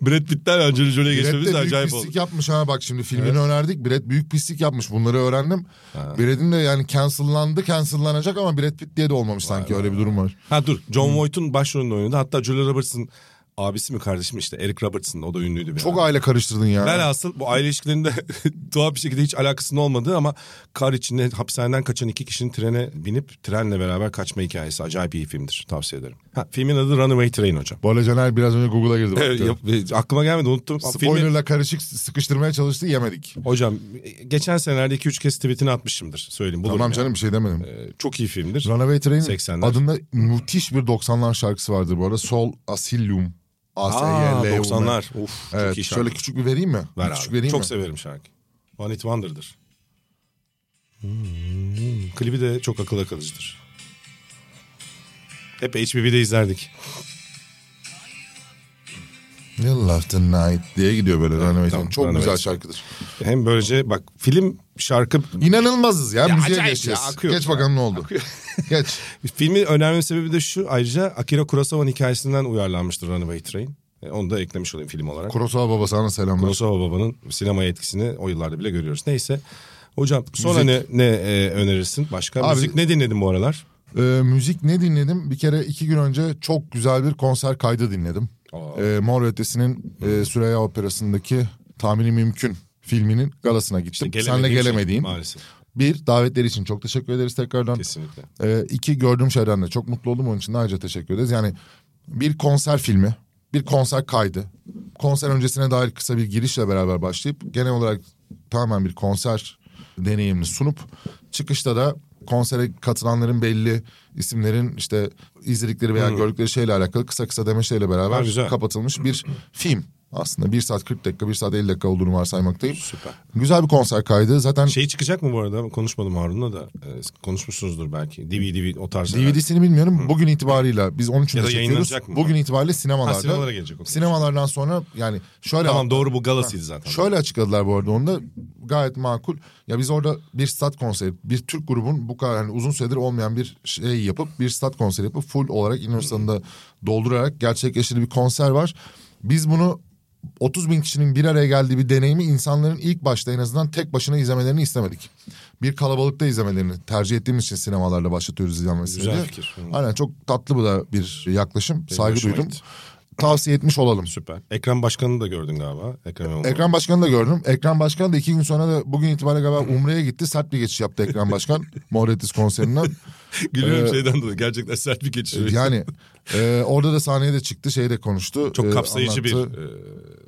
Speaker 2: Brad Pitt'ten Angelina Jolie'ye
Speaker 3: Brad de
Speaker 2: geçmemiz
Speaker 3: büyük
Speaker 2: acayip oldu.
Speaker 3: pislik yapmış ha bak şimdi filmini önerdik. Brad büyük pislik yapmış bunları öğrendim. Brad'in de yani cancellandı cancellanacak ama Brad Pitt diye de olmamış sanki öyle bir durum var.
Speaker 2: Ha dur John Voight'un başrolünde oynadı. Hatta Julia Roberts'ın abisi mi kardeşim işte Eric Robertson o da ünlüydü. bir
Speaker 3: Çok
Speaker 2: ara.
Speaker 3: aile karıştırdın ya.
Speaker 2: Velhasıl bu aile ilişkilerinde (laughs) tuhaf bir şekilde hiç alakasının olmadığı ama kar içinde hapishaneden kaçan iki kişinin trene binip trenle beraber kaçma hikayesi. Acayip iyi filmdir. Tavsiye ederim. Ha, filmin adı Runaway Train
Speaker 3: (laughs)
Speaker 2: hocam.
Speaker 3: Bu arada Caner biraz önce Google'a girdi.
Speaker 2: Evet,
Speaker 3: baktı.
Speaker 2: yap- e, aklıma gelmedi unuttum. Filmi-
Speaker 3: Spoiler'la karışık sıkıştırmaya çalıştı yemedik.
Speaker 2: Hocam e, geçen senelerde 2-3 kez tweetini atmışımdır. Söyleyeyim. Bulurum
Speaker 3: tamam
Speaker 2: yani.
Speaker 3: canım bir şey demedim.
Speaker 2: E, Çok iyi filmdir.
Speaker 3: Runaway Train'in
Speaker 2: 80'ler.
Speaker 3: adında müthiş bir 90'lar şarkısı vardır bu arada. Sol Asylum. a s
Speaker 2: Aa,
Speaker 3: y l
Speaker 2: 90'lar. Uf, çok iyi
Speaker 3: Evet,
Speaker 2: şarkı.
Speaker 3: şöyle küçük bir vereyim mi?
Speaker 2: Ver
Speaker 3: küçük
Speaker 2: abi.
Speaker 3: vereyim
Speaker 2: Çok
Speaker 3: mi?
Speaker 2: severim şarkı. One It Wonder'dır. Hmm, Klibi de çok akıl akılcıdır. Hep HBB'de izlerdik.
Speaker 3: You love the night diye gidiyor böyle Runaway
Speaker 2: tamam,
Speaker 3: Train. Çok
Speaker 2: Runaway
Speaker 3: güzel
Speaker 2: Train.
Speaker 3: şarkıdır.
Speaker 2: Hem böylece bak film şarkı
Speaker 3: İnanılmazız ya,
Speaker 2: Ya
Speaker 3: müziğe
Speaker 2: acayip ya,
Speaker 3: geçeceğiz.
Speaker 2: akıyor.
Speaker 3: Geç bakalım ne oldu. (laughs) Geç.
Speaker 2: filmi önermemin sebebi de şu ayrıca Akira Kurosawa'nın hikayesinden uyarlanmıştır Runaway Train. E, Onu da eklemiş olayım film olarak.
Speaker 3: Kurosawa baba sana selamlar.
Speaker 2: Kurosawa babanın sinemaya etkisini o yıllarda bile görüyoruz. Neyse hocam sonra ne,
Speaker 3: Müzik.
Speaker 2: ne e, önerirsin başka?
Speaker 3: Abi-
Speaker 2: müzik ne dinledin bu aralar?
Speaker 3: Ee, müzik ne dinledim? Bir kere iki gün önce çok güzel bir konser kaydı dinledim. Ee, Mor ve Ötesi'nin e, Süreyya Operası'ndaki Tahmini Mümkün filminin galasına gittim. Sen de
Speaker 2: Gelemediğim şey
Speaker 3: gelemediğin.
Speaker 2: Maalesef
Speaker 3: bir, davetleri için çok teşekkür ederiz tekrardan.
Speaker 2: kesinlikle.
Speaker 3: Ee, iki gördüğüm şeyden de çok mutlu oldum. Onun için de ayrıca teşekkür ederiz. Yani bir konser filmi, bir konser kaydı. Konser öncesine dair kısa bir girişle beraber başlayıp genel olarak tamamen bir konser deneyimini sunup çıkışta da konsere katılanların belli isimlerin işte izledikleri veya gördükleri şeyle alakalı kısa kısa demeçleriyle beraber
Speaker 2: Ha, güzel.
Speaker 3: kapatılmış bir film. Aslında 1 saat 40 dakika, 1 saat 50 dakika olduğunu varsaymaktayım.
Speaker 2: Süper.
Speaker 3: Güzel bir konser kaydı. Zaten
Speaker 2: Şey çıkacak mı bu arada? Konuşmadım Harun'la da. Ee, konuşmuşsunuzdur belki. DVD, o tarz. şeyler.
Speaker 3: DVD'sini bilmiyorum. Bugün itibarıyla biz 13'ünde
Speaker 2: Ya da
Speaker 3: çekiyoruz.
Speaker 2: yayınlanacak mı?
Speaker 3: Bugün itibariyle
Speaker 2: Ha,
Speaker 3: sinemalarda.
Speaker 2: sinemalara gelecek. okey.
Speaker 3: Sinemalardan sonra yani şöyle
Speaker 2: Tamam doğru bu galasıydı zaten.
Speaker 3: şöyle açıkladılar bu arada onu da gayet makul. Ya biz orada bir stat konseri, bir Türk grubun bu kadar hani uzun süredir olmayan bir şey yapıp bir stat konseri yapıp full olarak İnönü'nde doldurarak gerçekleştirdiği bir konser var. Biz bunu 30 bin kişinin bir araya geldiği bir deneyimi insanların ilk başta en azından tek başına izlemelerini istemedik. Bir kalabalıkta izlemelerini tercih ettiğimiz için sinemalarla başlatıyoruz izlenmesini.
Speaker 2: Güzel
Speaker 3: diye.
Speaker 2: fikir.
Speaker 3: Aynen çok tatlı bu da bir yaklaşım. Saygı
Speaker 2: hoşuma
Speaker 3: duydum.
Speaker 2: gitti.
Speaker 3: Tavsiye etmiş olalım.
Speaker 2: Süper. Ekrem Başkan'ı da gördün galiba. Ekrem İmamoğlu.
Speaker 3: Ekrem Başkan'ı da gördüm. Ekrem Başkan da iki gün sonra da bugün itibariyle galiba Umre'ye gitti. Sert bir geçiş yaptı Ekrem Başkan.
Speaker 2: (laughs)
Speaker 3: Moretis konserinden.
Speaker 2: Gülüyorum
Speaker 3: Ee,
Speaker 2: şeyden dolayı. Gerçekten sert bir geçiş.
Speaker 3: Yani e, orada da sahneye de çıktı. Şey de konuştu. e,
Speaker 2: Çok kapsayıcı bir
Speaker 3: anlattı.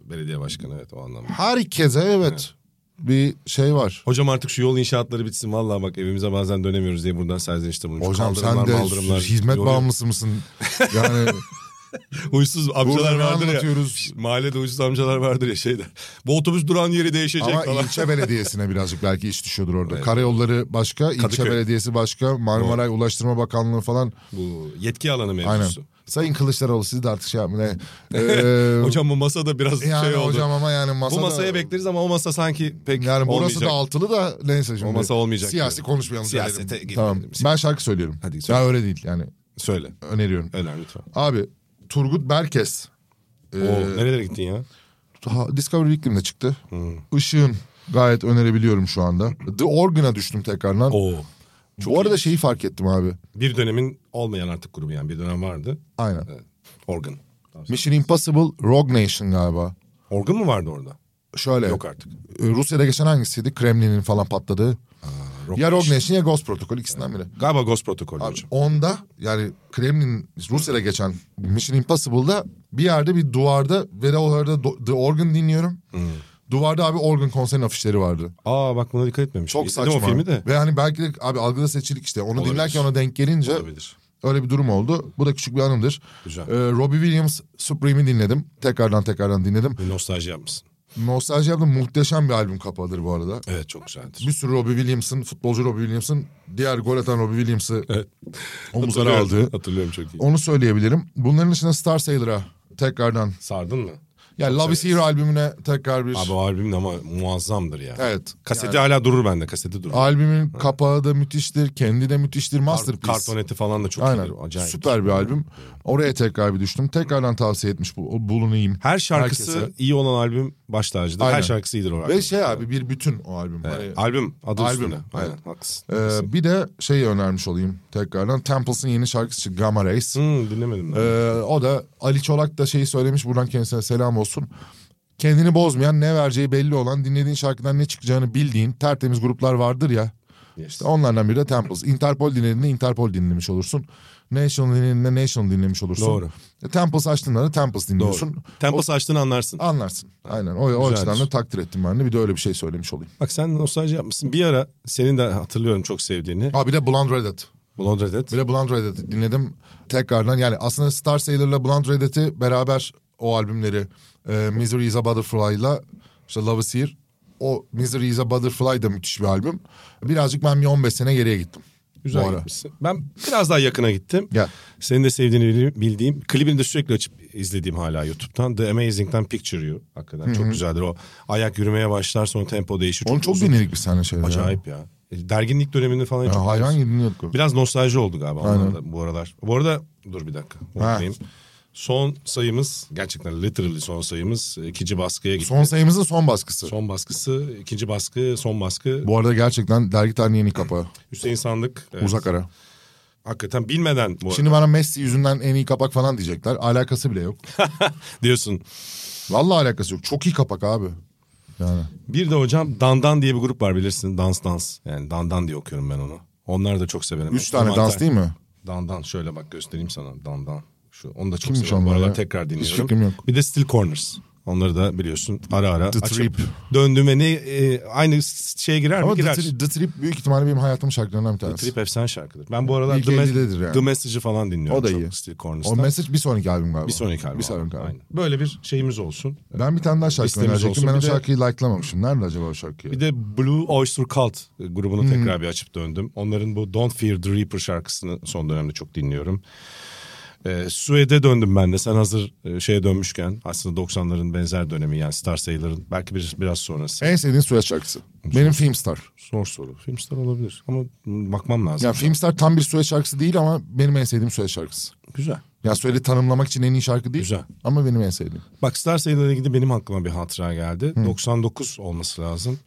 Speaker 2: e, belediye başkanı evet o anlamda.
Speaker 3: Herkese evet bir şey var.
Speaker 2: Hocam artık şu yol inşaatları bitsin. Vallahi bak evimize bazen dönemiyoruz diye buradan serzenişte bulunmuş.
Speaker 3: Hocam sen de hizmet bağımlısı mısın?
Speaker 2: (laughs)
Speaker 3: Yani
Speaker 2: Huysuz amcalar
Speaker 3: burada ne
Speaker 2: vardır ya.
Speaker 3: anlatıyoruz?
Speaker 2: Mahallede huysuz amcalar vardır ya şeyde. Bu otobüs duran yeri değişecek
Speaker 3: Ama
Speaker 2: falan.
Speaker 3: ilçe belediyesine birazcık belki iş düşüyordur orada. Karayolları başka, ilçe
Speaker 2: Kadıköy.
Speaker 3: belediyesi başka, Marmaray Ulaştırma Bakanlığı falan.
Speaker 2: Bu yetki alanı
Speaker 3: Aynen.
Speaker 2: mevzusu.
Speaker 3: Sayın Kılıçdaroğlu siz de artık
Speaker 2: (laughs)
Speaker 3: şey yapmayın. Ee,
Speaker 2: Hocam bu masada biraz
Speaker 3: Yani
Speaker 2: şey oldu.
Speaker 3: hocam ama yani masada...
Speaker 2: Bu masaya bekleriz ama o masa sanki pek
Speaker 3: Yani burası
Speaker 2: olmayacak.
Speaker 3: da altılı da neyse şimdi.
Speaker 2: O masa olmayacak
Speaker 3: Siyasi
Speaker 2: diyorum.
Speaker 3: konuşmayalım.
Speaker 2: Siyasete
Speaker 3: diyelim.
Speaker 2: girmeyelim.
Speaker 3: Tamam. Ben şarkı söylüyorum.
Speaker 2: Hadi söyle.
Speaker 3: ya öyle değil yani
Speaker 2: Söyle.
Speaker 3: öneriyorum.
Speaker 2: Öner lütfen.
Speaker 3: Abi Turgut Berkes Ee,
Speaker 2: Oo, nerelere gittin ya?
Speaker 3: ha, Discovery Weekly'de çıktı.
Speaker 2: Hmm.
Speaker 3: Işığın gayet önerebiliyorum şu anda. The Organ'a düştüm tekrardan.
Speaker 2: Oo.
Speaker 3: Bu arada şeyi fark ettim abi.
Speaker 2: Bir dönemin olmayan artık grubu yani bir dönem vardı.
Speaker 3: Aynen.
Speaker 2: Organ.
Speaker 3: Mission Impossible Rogue Nation galiba.
Speaker 2: Organ mı vardı orada?
Speaker 3: Şöyle.
Speaker 2: Yok artık.
Speaker 3: e, Rusya'da geçen hangisiydi? Kremlin'in falan patladığı.
Speaker 2: Rock
Speaker 3: ya Rogue
Speaker 2: Nation.
Speaker 3: Nation ya Ghost Protocol ikisinden biri.
Speaker 2: Galiba Ghost Protocol
Speaker 3: Abi,
Speaker 2: hocam.
Speaker 3: onda yani Kremlin Rusya'da geçen Mission Impossible'da bir yerde bir duvarda ve de o arada Do- The Organ dinliyorum.
Speaker 2: Hmm.
Speaker 3: Duvarda abi Organ konserin afişleri vardı.
Speaker 2: Aa bak buna dikkat etmemiş.
Speaker 3: Çok
Speaker 2: İzledim
Speaker 3: saçma.
Speaker 2: o filmi de.
Speaker 3: Ve hani belki de abi algıda seçilik işte. Onu
Speaker 2: Olabilir.
Speaker 3: dinlerken ona denk gelince
Speaker 2: Olabilir.
Speaker 3: öyle bir durum oldu. Bu da küçük bir anımdır.
Speaker 2: Güzel.
Speaker 3: Ee, Robbie Williams Supreme'i dinledim. Tekrardan tekrardan dinledim.
Speaker 2: Bir nostalji yapmışsın.
Speaker 3: Nostalji yaptım. Muhteşem bir albüm kapağıdır bu arada.
Speaker 2: Evet çok güzeldir.
Speaker 3: Bir sürü Robbie Williams'ın, futbolcu Robbie Williams'ın, diğer gol atan Robbie Williams'ı
Speaker 2: Evet.
Speaker 3: omuzlara aldığı.
Speaker 2: Hatırlıyorum çok iyi.
Speaker 3: Onu söyleyebilirim. Bunların dışında Star Sailor'a tekrardan.
Speaker 2: Sardın mı?
Speaker 3: Yani Love Is Here albümüne tekrar bir...
Speaker 2: Abi o albüm de ama muazzamdır ya.
Speaker 3: Evet.
Speaker 2: Kaseti
Speaker 3: Yani
Speaker 2: hala durur bende kaseti durur.
Speaker 3: albümün kapağı da müthiştir. Kendi de müthiştir. Masterpiece.
Speaker 2: Kartoneti falan da çok
Speaker 3: Aynen.
Speaker 2: iyidir, Acayip.
Speaker 3: Süper bir albüm. Oraya tekrar bir düştüm. Tekrardan tavsiye etmiş bu, bulunayım.
Speaker 2: Her şarkısı
Speaker 3: Herkese.
Speaker 2: iyi olan albüm baş tacıdır.
Speaker 3: Aynen.
Speaker 2: Her şarkısı iyidir o albüm.
Speaker 3: Ve şey abi bir bütün o albüm. Hani,
Speaker 2: Albüm adı
Speaker 3: Albüm,
Speaker 2: üstünde. Aynen
Speaker 3: evet.
Speaker 2: haklısın.
Speaker 3: Ee, bir de şey önermiş olayım tekrardan. Temples'ın yeni şarkısı çıktı, Gamma Rays.
Speaker 2: Hmm, dinlemedim ben.
Speaker 3: Ee, o da Ali Çolak da şeyi söylemiş buradan kendisine selam olsun. Kendini bozmayan ne vereceği belli olan dinlediğin şarkıdan ne çıkacağını bildiğin tertemiz gruplar vardır ya.
Speaker 2: Yes.
Speaker 3: Onlardan biri de Temples. Interpol dinlediğinde Interpol dinlemiş olursun. National dinlediğinde National dinlemiş olursun.
Speaker 2: Doğru.
Speaker 3: E, Temples açtığında da Temples dinliyorsun.
Speaker 2: Tempos açtığını anlarsın.
Speaker 3: Anlarsın. Aynen. O, o
Speaker 2: Güzelmiş.
Speaker 3: açıdan da takdir ettim ben de. Bir de öyle bir şey söylemiş olayım.
Speaker 2: Bak sen nostalji yapmışsın. Bir ara senin de hatırlıyorum çok sevdiğini.
Speaker 3: Aa bir de Blonde Reddit.
Speaker 2: Blonde Red Hat.
Speaker 3: Bir de Blonde Reddit'i dinledim tekrardan. Yani aslında Star Sailor'la Blonde Reddit'i beraber o albümleri e, Misery is a Butterfly'la işte Love is Here. O Misery is a Butterfly da müthiş bir albüm. Birazcık ben bir 15 sene geriye gittim. Bu
Speaker 2: Güzel
Speaker 3: ara.
Speaker 2: gitmişsin. Ben biraz daha yakına gittim.
Speaker 3: Gel.
Speaker 2: Senin de sevdiğini bili- bildiğim, klibini de sürekli açıp izlediğim hala YouTube'dan. The Amazing'den Picture You. Hakikaten çok güzeldir o. Ayak yürümeye başlar sonra tempo değişir.
Speaker 3: Onu çok
Speaker 2: uzun.
Speaker 3: dinledik biz seninle şeyler.
Speaker 2: Acayip ya. E, Derginlik döneminde falan
Speaker 3: Ya.
Speaker 2: çok
Speaker 3: Ya, hayvan gibi dinliyorduk. onu.
Speaker 2: Biraz nostalji oldu galiba onlar da bu aralar. Bu arada dur bir dakika. unutmayayım. Son sayımız gerçekten literally son sayımız ikinci baskıya gitti.
Speaker 3: Son sayımızın son baskısı.
Speaker 2: Son baskısı, ikinci baskı, son baskı.
Speaker 3: Bu arada gerçekten dergi tarihinin yeni kapağı.
Speaker 2: Hüseyin Sandık. evet.
Speaker 3: Uzak ara.
Speaker 2: Hakikaten bilmeden bu
Speaker 3: Şimdi bana Messi yüzünden en iyi kapak falan diyecekler. Alakası bile yok.
Speaker 2: diyorsun.
Speaker 3: Vallahi alakası yok. Çok iyi kapak abi. Yani.
Speaker 2: Bir de hocam Dandan diye bir grup var bilirsin. Dans dans. Yani Dandan diye okuyorum ben onu. Onlar da çok severim.
Speaker 3: Üç tane dans değil mi?
Speaker 2: Dandan şöyle bak göstereyim sana. Dandan. Şu onu da çok
Speaker 3: Kimmiş
Speaker 2: severim. Bu
Speaker 3: onlar
Speaker 2: aralar
Speaker 3: ya?
Speaker 2: tekrar dinliyorum.
Speaker 3: fikrim yok.
Speaker 2: Bir de Still Corners. Onları da biliyorsun ara ara
Speaker 3: The
Speaker 2: açıp
Speaker 3: Trip.
Speaker 2: döndüm ve ne e, aynı şeye girer mi?
Speaker 3: Ama The,
Speaker 2: Girer.
Speaker 3: Tri- The Trip büyük ihtimalle benim hayatımın şarkılarından bir tanesi.
Speaker 2: Trip efsane şarkıdır. Ben bu aralar
Speaker 3: İlk
Speaker 2: The,
Speaker 3: ellidedir yani.
Speaker 2: The Message'ı falan dinliyorum.
Speaker 3: O da
Speaker 2: çok
Speaker 3: iyi.
Speaker 2: Still
Speaker 3: O
Speaker 2: Corners'tan.
Speaker 3: Message bir sonraki albüm galiba.
Speaker 2: bir sonraki albüm.
Speaker 3: Bir sonraki albüm.
Speaker 2: Aynen. Böyle bir şeyimiz olsun.
Speaker 3: Ben bir tane daha şarkı
Speaker 2: Listemiz
Speaker 3: önerecektim.
Speaker 2: olsun.
Speaker 3: Ben
Speaker 2: Bir
Speaker 3: o
Speaker 2: de-
Speaker 3: şarkıyı like'lamamışım. Nerede acaba o şarkı?
Speaker 2: Bir de Blue Oyster Cult grubunu tekrar bir açıp döndüm. Onların bu Don't Fear the Reaper şarkısını son dönemde çok dinliyorum. Ee, Suede döndüm ben de. Sen hazır e, şeye dönmüşken aslında 90'ların benzer dönemi yani Star Sailor'ın belki bir, biraz sonrası.
Speaker 3: En sevdiğin Suya şarkısı. Benim Filmstar.
Speaker 2: Zor soru. Filmstar olabilir ama m, bakmam lazım.
Speaker 3: Yani Filmstar tam bir Suya şarkısı değil ama benim en sevdiğim Suya şarkısı.
Speaker 2: Güzel.
Speaker 3: Ya söyle tanımlamak için en iyi şarkı değil.
Speaker 2: Güzel.
Speaker 3: Ama benim en sevdiğim.
Speaker 2: Bak Star Sailor'la ilgili benim aklıma bir hatıra geldi. 99 olması lazım.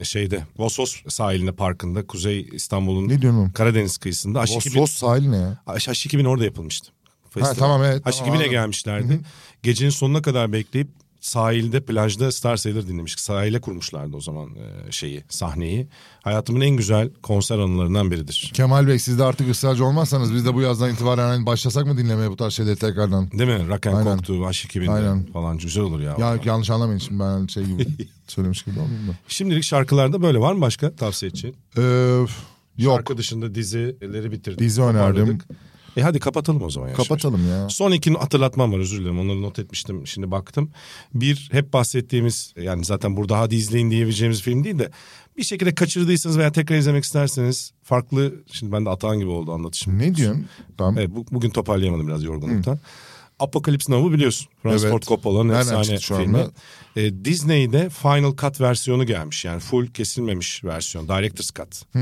Speaker 2: E, Şeyde Vosos sahilinde parkında Kuzey İstanbul'un
Speaker 3: Ne diyorsun oğlum?
Speaker 2: Karadeniz kıyısında Aşık
Speaker 3: Los,
Speaker 2: bir-
Speaker 3: Los sahili ne ya?
Speaker 2: H2000 orada yapılmıştı.
Speaker 3: Ha, tamam, evet,
Speaker 2: H2000'e
Speaker 3: tamam, anladım.
Speaker 2: gelmişlerdi. Gecenin sonuna kadar bekleyip sahilde plajda Star Sailor dinlemiştik. Sahile kurmuşlardı o zaman e, şeyi sahneyi. Hayatımın en güzel konser anılarından biridir.
Speaker 3: Kemal Bey siz de artık ısrarcı olmazsanız biz de bu yazdan itibaren hani başlasak mı dinlemeye bu tarz şeyleri tekrardan?
Speaker 2: Değil mi? Rock and
Speaker 3: Aynen.
Speaker 2: Coke'tu, H2000'de
Speaker 3: Aynen.
Speaker 2: falan güzel olur ya.
Speaker 3: Ya yanlış anlamayın şimdi ben
Speaker 2: (laughs)
Speaker 3: şey gibi söylemiş gibi oldum da.
Speaker 2: Şimdilik şarkılarda böyle var mı başka tavsiye için?
Speaker 3: Ee, yok.
Speaker 2: Şarkı dışında dizileri bitirdik.
Speaker 3: Dizi önerdim.
Speaker 2: toparladık. E hadi kapatalım o zaman. yavaş yavaş.
Speaker 3: Kapatalım ya.
Speaker 2: Son iki hatırlatmam var özür dilerim onları not etmiştim şimdi baktım. Bir hep bahsettiğimiz yani zaten burada hadi izleyin diyebileceğimiz film değil de bir şekilde kaçırdıysanız veya tekrar izlemek isterseniz farklı şimdi ben de atağın gibi oldu anlatışım.
Speaker 3: Ne diyorsun? Tamam.
Speaker 2: Evet bu, bugün toparlayamadım biraz yorgunluktan. Apocalypse Now'u biliyorsun. Francis
Speaker 3: Evet.
Speaker 2: Ford Coppola'nın
Speaker 3: Nereden
Speaker 2: efsane
Speaker 3: çıktı şu
Speaker 2: filmi.
Speaker 3: anda?
Speaker 2: Ee, Disney'de Final Cut versiyonu gelmiş. Yani full kesilmemiş versiyon. Director's Cut. Ee,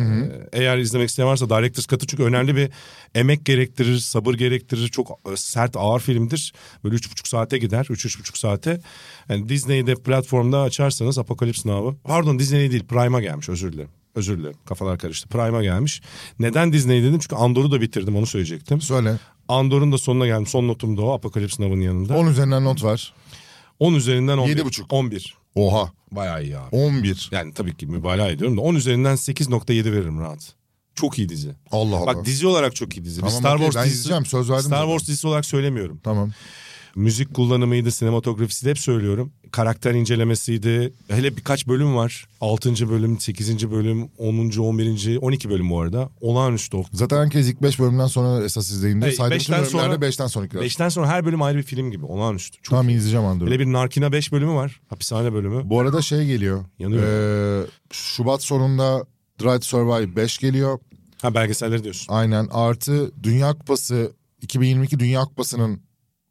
Speaker 2: eğer izlemek isteyen varsa Director's Cut'ı çünkü önemli bir emek gerektirir, sabır gerektirir. Çok e, sert, ağır filmdir. Böyle üç buçuk saate gider. Üç, üç buçuk saate. Yani Disney'de platformda açarsanız Apocalypse Now'ı. Pardon Disney değil Prime'a gelmiş özür dilerim. Özür dilerim kafalar karıştı. Prime'a gelmiş. Neden Disney dedim? Çünkü Andor'u da bitirdim onu söyleyecektim.
Speaker 3: Söyle.
Speaker 2: Andor'un da sonuna geldim. Son notum da o Apocalypse Now'ın yanında.
Speaker 3: 10 üzerinden not ver.
Speaker 2: 10 üzerinden 11.
Speaker 3: Yedi buçuk.
Speaker 2: 11.
Speaker 3: Oha.
Speaker 2: Bayağı iyi abi.
Speaker 3: 11.
Speaker 2: Yani tabii ki mübalağa ediyorum da 10 üzerinden 8.7 veririm rahat. Çok iyi dizi.
Speaker 3: Allah Allah.
Speaker 2: Bak dizi olarak çok iyi dizi. Bir
Speaker 3: Tamam,
Speaker 2: Star
Speaker 3: okey,
Speaker 2: Wars
Speaker 3: ben
Speaker 2: dizisi,
Speaker 3: izleyeceğim, söz verdim
Speaker 2: Star
Speaker 3: zaten.
Speaker 2: Wars dizisi olarak söylemiyorum.
Speaker 3: Tamam.
Speaker 2: Müzik kullanımıydı, sinematografisi de hep söylüyorum. Karakter incelemesiydi. Hele birkaç bölüm var. 6. bölüm, 8. bölüm, 10. 11. 12 bölüm bu arada. Olağanüstü.
Speaker 3: Zaten herkes ilk 5 bölümden sonra esas izleyindi.
Speaker 2: Hey,
Speaker 3: Saydığım tüm
Speaker 2: beşten sonra-
Speaker 3: bölümlerde 5'ten sonrakiler.
Speaker 2: 5'ten sonra her bölüm ayrı bir film gibi. Olağanüstü. Çok
Speaker 3: Tamam izleyeceğim Andor'u.
Speaker 2: Hele bir Narkina 5 bölümü var. Hapishane bölümü.
Speaker 3: Bu arada şey geliyor.
Speaker 2: Yanıyor.
Speaker 3: Ee, Şubat sonunda Drive to Survive 5 geliyor.
Speaker 2: Ha belgeselleri diyorsun.
Speaker 3: Aynen. Artı Dünya Kupası 2022 Dünya Kupası'nın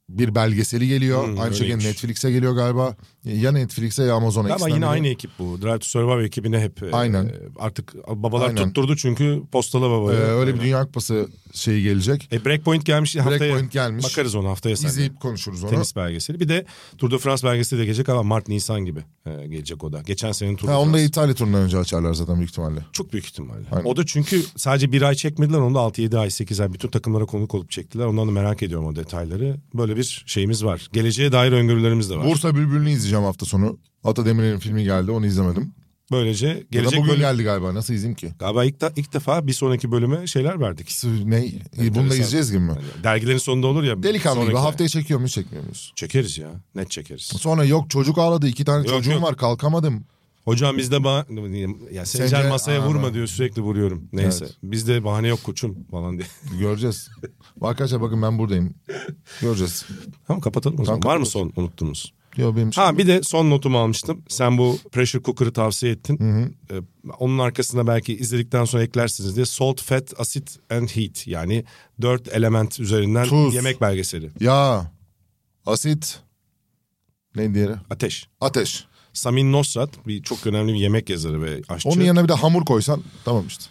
Speaker 3: bir belgeseli geliyor.
Speaker 2: Hmm,
Speaker 3: Aynı şekilde
Speaker 2: öyleymiş.
Speaker 3: Netflix'e geliyor galiba. Ya Netflix'e ya Amazon'a.
Speaker 2: Ama
Speaker 3: ikisinden
Speaker 2: yine
Speaker 3: biri.
Speaker 2: aynı ekip bu. Drive to Survive ekibine hep e,
Speaker 3: Aynen.
Speaker 2: artık babalar
Speaker 3: Aynen.
Speaker 2: tutturdu çünkü postala
Speaker 3: Ee,
Speaker 2: babaya.
Speaker 3: öyle bir
Speaker 2: Aynen.
Speaker 3: Dünya Kupası şeyi gelecek.
Speaker 2: E, Breakpoint gelmiş haftaya.
Speaker 3: Breakpoint gelmiş.
Speaker 2: Bakarız ona haftaya sen.
Speaker 3: İzleyip konuşuruz onu.
Speaker 2: Tenis belgeseli. Bir de Tour de France belgeseli de gelecek ama Mart Nisan gibi e, gelecek o da. Geçen senenin Tour de
Speaker 3: Ha, onu da
Speaker 2: France.
Speaker 3: İtalya turundan önce açarlar zaten büyük ihtimalle.
Speaker 2: Çok büyük ihtimalle.
Speaker 3: Aynen.
Speaker 2: O da çünkü sadece bir ay çekmediler. Onu da 6-7 ay 8 ay bütün takımlara konuk olup çektiler. Ondan da merak ediyorum o detayları. Böyle bir şeyimiz var. Geleceğe dair öngörülerimiz de var.
Speaker 3: Bursa Bülbülü'nü izleyeceğim hafta sonu. Ata Demirer'in filmi geldi onu izlemedim.
Speaker 2: Böylece
Speaker 3: Ya da
Speaker 2: gelecek
Speaker 3: bugün
Speaker 2: bölüm...
Speaker 3: geldi galiba nasıl izleyeyim ki?
Speaker 2: Galiba ilk, da- ilk defa bir sonraki bölüme şeyler verdik.
Speaker 3: Ne? Bunu da
Speaker 2: Enteresan.
Speaker 3: izleyeceğiz gibi mi?
Speaker 2: Yani dergilerin sonunda olur ya.
Speaker 3: Delikanlı gibi
Speaker 2: sonraki-
Speaker 3: haftaya çekiyor muyuz çekmiyor muyuz?
Speaker 2: Çekeriz ya. Net çekeriz.
Speaker 3: Sonra yok çocuk ağladı iki tane
Speaker 2: Yok,
Speaker 3: çocuğum
Speaker 2: yok.
Speaker 3: var kalkamadım.
Speaker 2: Hocam bizde ba ya Sencer
Speaker 3: Sencer-
Speaker 2: masaya
Speaker 3: Aa,
Speaker 2: vurma
Speaker 3: bak.
Speaker 2: diyor sürekli vuruyorum. Neyse.
Speaker 3: Evet.
Speaker 2: Bizde bahane yok koçum falan diye. (laughs)
Speaker 3: Göreceğiz. Arkadaşlar bakın ben buradayım. Göreceğiz.
Speaker 2: tamam kapatalım o zaman. Var mı son unuttuğumuz?
Speaker 3: Yo benim
Speaker 2: Ha bir de son notumu almıştım. Sen bu pressure cooker'ı tavsiye ettin. Ee, onun arkasına belki izledikten sonra eklersiniz diye salt, fat, acid and heat yani dört element üzerinden
Speaker 3: Tuz.
Speaker 2: yemek belgeseli.
Speaker 3: Ya asit. Ne diğeri?
Speaker 2: Ateş.
Speaker 3: Ateş.
Speaker 2: Samin Nosrat bir çok önemli bir yemek yazarı ve aşçı.
Speaker 3: Onun yanına bir de hamur koysan tamam işte.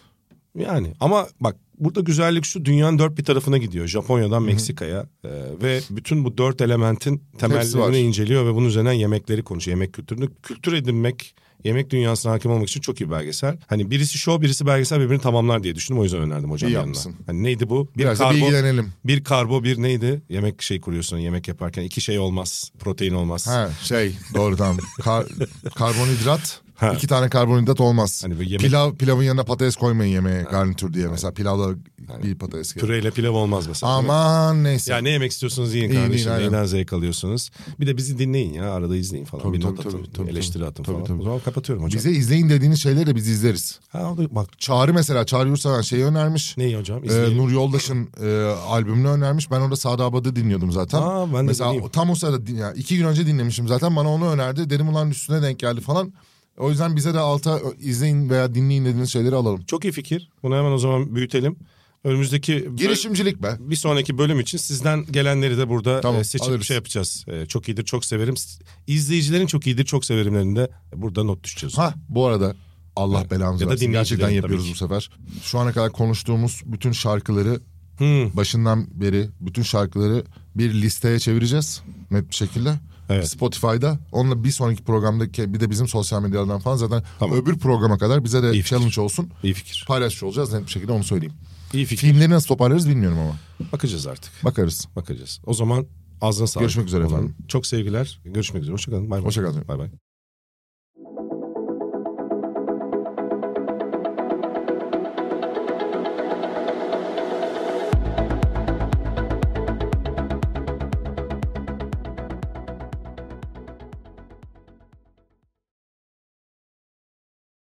Speaker 2: Yani ama bak burada güzellik şu dünyanın dört bir tarafına gidiyor. Japonya'dan Meksika'ya e, ve bütün bu dört elementin
Speaker 3: var.
Speaker 2: temellerini inceliyor ve bunun üzerinden yemekleri konuşuyor. Yemek kültürünü kültür edinmek, yemek dünyasına hakim olmak için çok iyi belgesel. Hani birisi show birisi belgesel birbirini tamamlar diye düşündüm. O yüzden önerdim hocam
Speaker 3: İyi
Speaker 2: yanına.
Speaker 3: yapmışsın.
Speaker 2: Hani neydi bu? Bir
Speaker 3: Biraz da
Speaker 2: karbo,
Speaker 3: bilgilenelim.
Speaker 2: bir karbo bir neydi? Yemek şey kuruyorsun yemek yaparken iki şey olmaz. Protein olmaz.
Speaker 3: Ha şey doğru tamam. Kar- karbonhidrat.
Speaker 2: Ha.
Speaker 3: iki tane karbonhidrat olmaz.
Speaker 2: Hani böyle yemek-
Speaker 3: Pilav pilavın yanına patates koymayın yemeğe garnitür diye mesela pilavla bir patates gelir.
Speaker 2: Püreyle pilav olmaz mesela. değil mi?
Speaker 3: Aman neyse.
Speaker 2: Ya ne yemek istiyorsunuz yiyin
Speaker 3: İyi,
Speaker 2: kardeşim.
Speaker 3: iyi, aynen.
Speaker 2: Neyden zevk alıyorsunuz. Bir de bizi dinleyin ya. Arada izleyin falan.
Speaker 3: Tabii,
Speaker 2: bir not
Speaker 3: tabii,
Speaker 2: atın.
Speaker 3: tabii, tabii,
Speaker 2: eleştiri atın
Speaker 3: tabii,
Speaker 2: falan.
Speaker 3: tabii.
Speaker 2: O zaman kapatıyorum hocam.
Speaker 3: Bize izleyin dediğiniz şeyleri de biz izleriz.
Speaker 2: Ha, o da- bak
Speaker 3: Çağrı mesela Çağrı Yurtseven şeyi önermiş.
Speaker 2: neyi hocam?
Speaker 3: Ee,
Speaker 2: İzleyelim.
Speaker 3: Nur Yoldaş'ın e, albümünü önermiş. Ben orada Sade Abad'ı dinliyordum zaten.
Speaker 2: Aa, ben de
Speaker 3: Mesela
Speaker 2: dinleyeyim.
Speaker 3: tam o sırada din- yani iki gün önce dinlemişim zaten. Bana onu önerdi. Dedim ulan üstüne denk geldi falan. O yüzden bize de alta ö, izleyin veya dinleyin dediğiniz şeyleri alalım.
Speaker 2: Çok iyi fikir. Bunu hemen o zaman büyütelim. Önümüzdeki böl-
Speaker 3: Girişimcilik be.
Speaker 2: bir sonraki bölüm için sizden gelenleri de burada
Speaker 3: Tamam,
Speaker 2: e, seçip
Speaker 3: alırız.
Speaker 2: şey yapacağız. E, çok iyidir, çok severim. S- İzleyicilerin çok iyidir, çok severimlerinde burada not düşeceğiz.
Speaker 3: Ha bu arada Allah belamızı
Speaker 2: Ya da
Speaker 3: versin. Gerçekten
Speaker 2: dinleyicilerin
Speaker 3: yapıyoruz
Speaker 2: tabii
Speaker 3: bu sefer. Şu ana kadar konuştuğumuz bütün şarkıları
Speaker 2: Hmm.
Speaker 3: başından beri bütün şarkıları bir listeye çevireceğiz net bir şekilde.
Speaker 2: Evet.
Speaker 3: Spotify'da. Onunla bir sonraki programdaki bir de bizim sosyal medyalardan falan zaten
Speaker 2: Tamam.
Speaker 3: öbür programa kadar bize de
Speaker 2: İyi fikir.
Speaker 3: challenge olsun.
Speaker 2: İyi fikir.
Speaker 3: Paylaşıcı olacağız net bir şekilde onu söyleyeyim.
Speaker 2: İyi fikir.
Speaker 3: Filmleri nasıl toparlarız bilmiyorum ama.
Speaker 2: Bakacağız artık.
Speaker 3: Bakarız.
Speaker 2: Bakacağız. O zaman ağzına sağlık.
Speaker 3: Görüşmek üzere efendim.
Speaker 2: Çok sevgiler. Görüşmek üzere. Hoşçakalın. Bay bay.
Speaker 3: Hoşça kalın.
Speaker 2: Bay bay.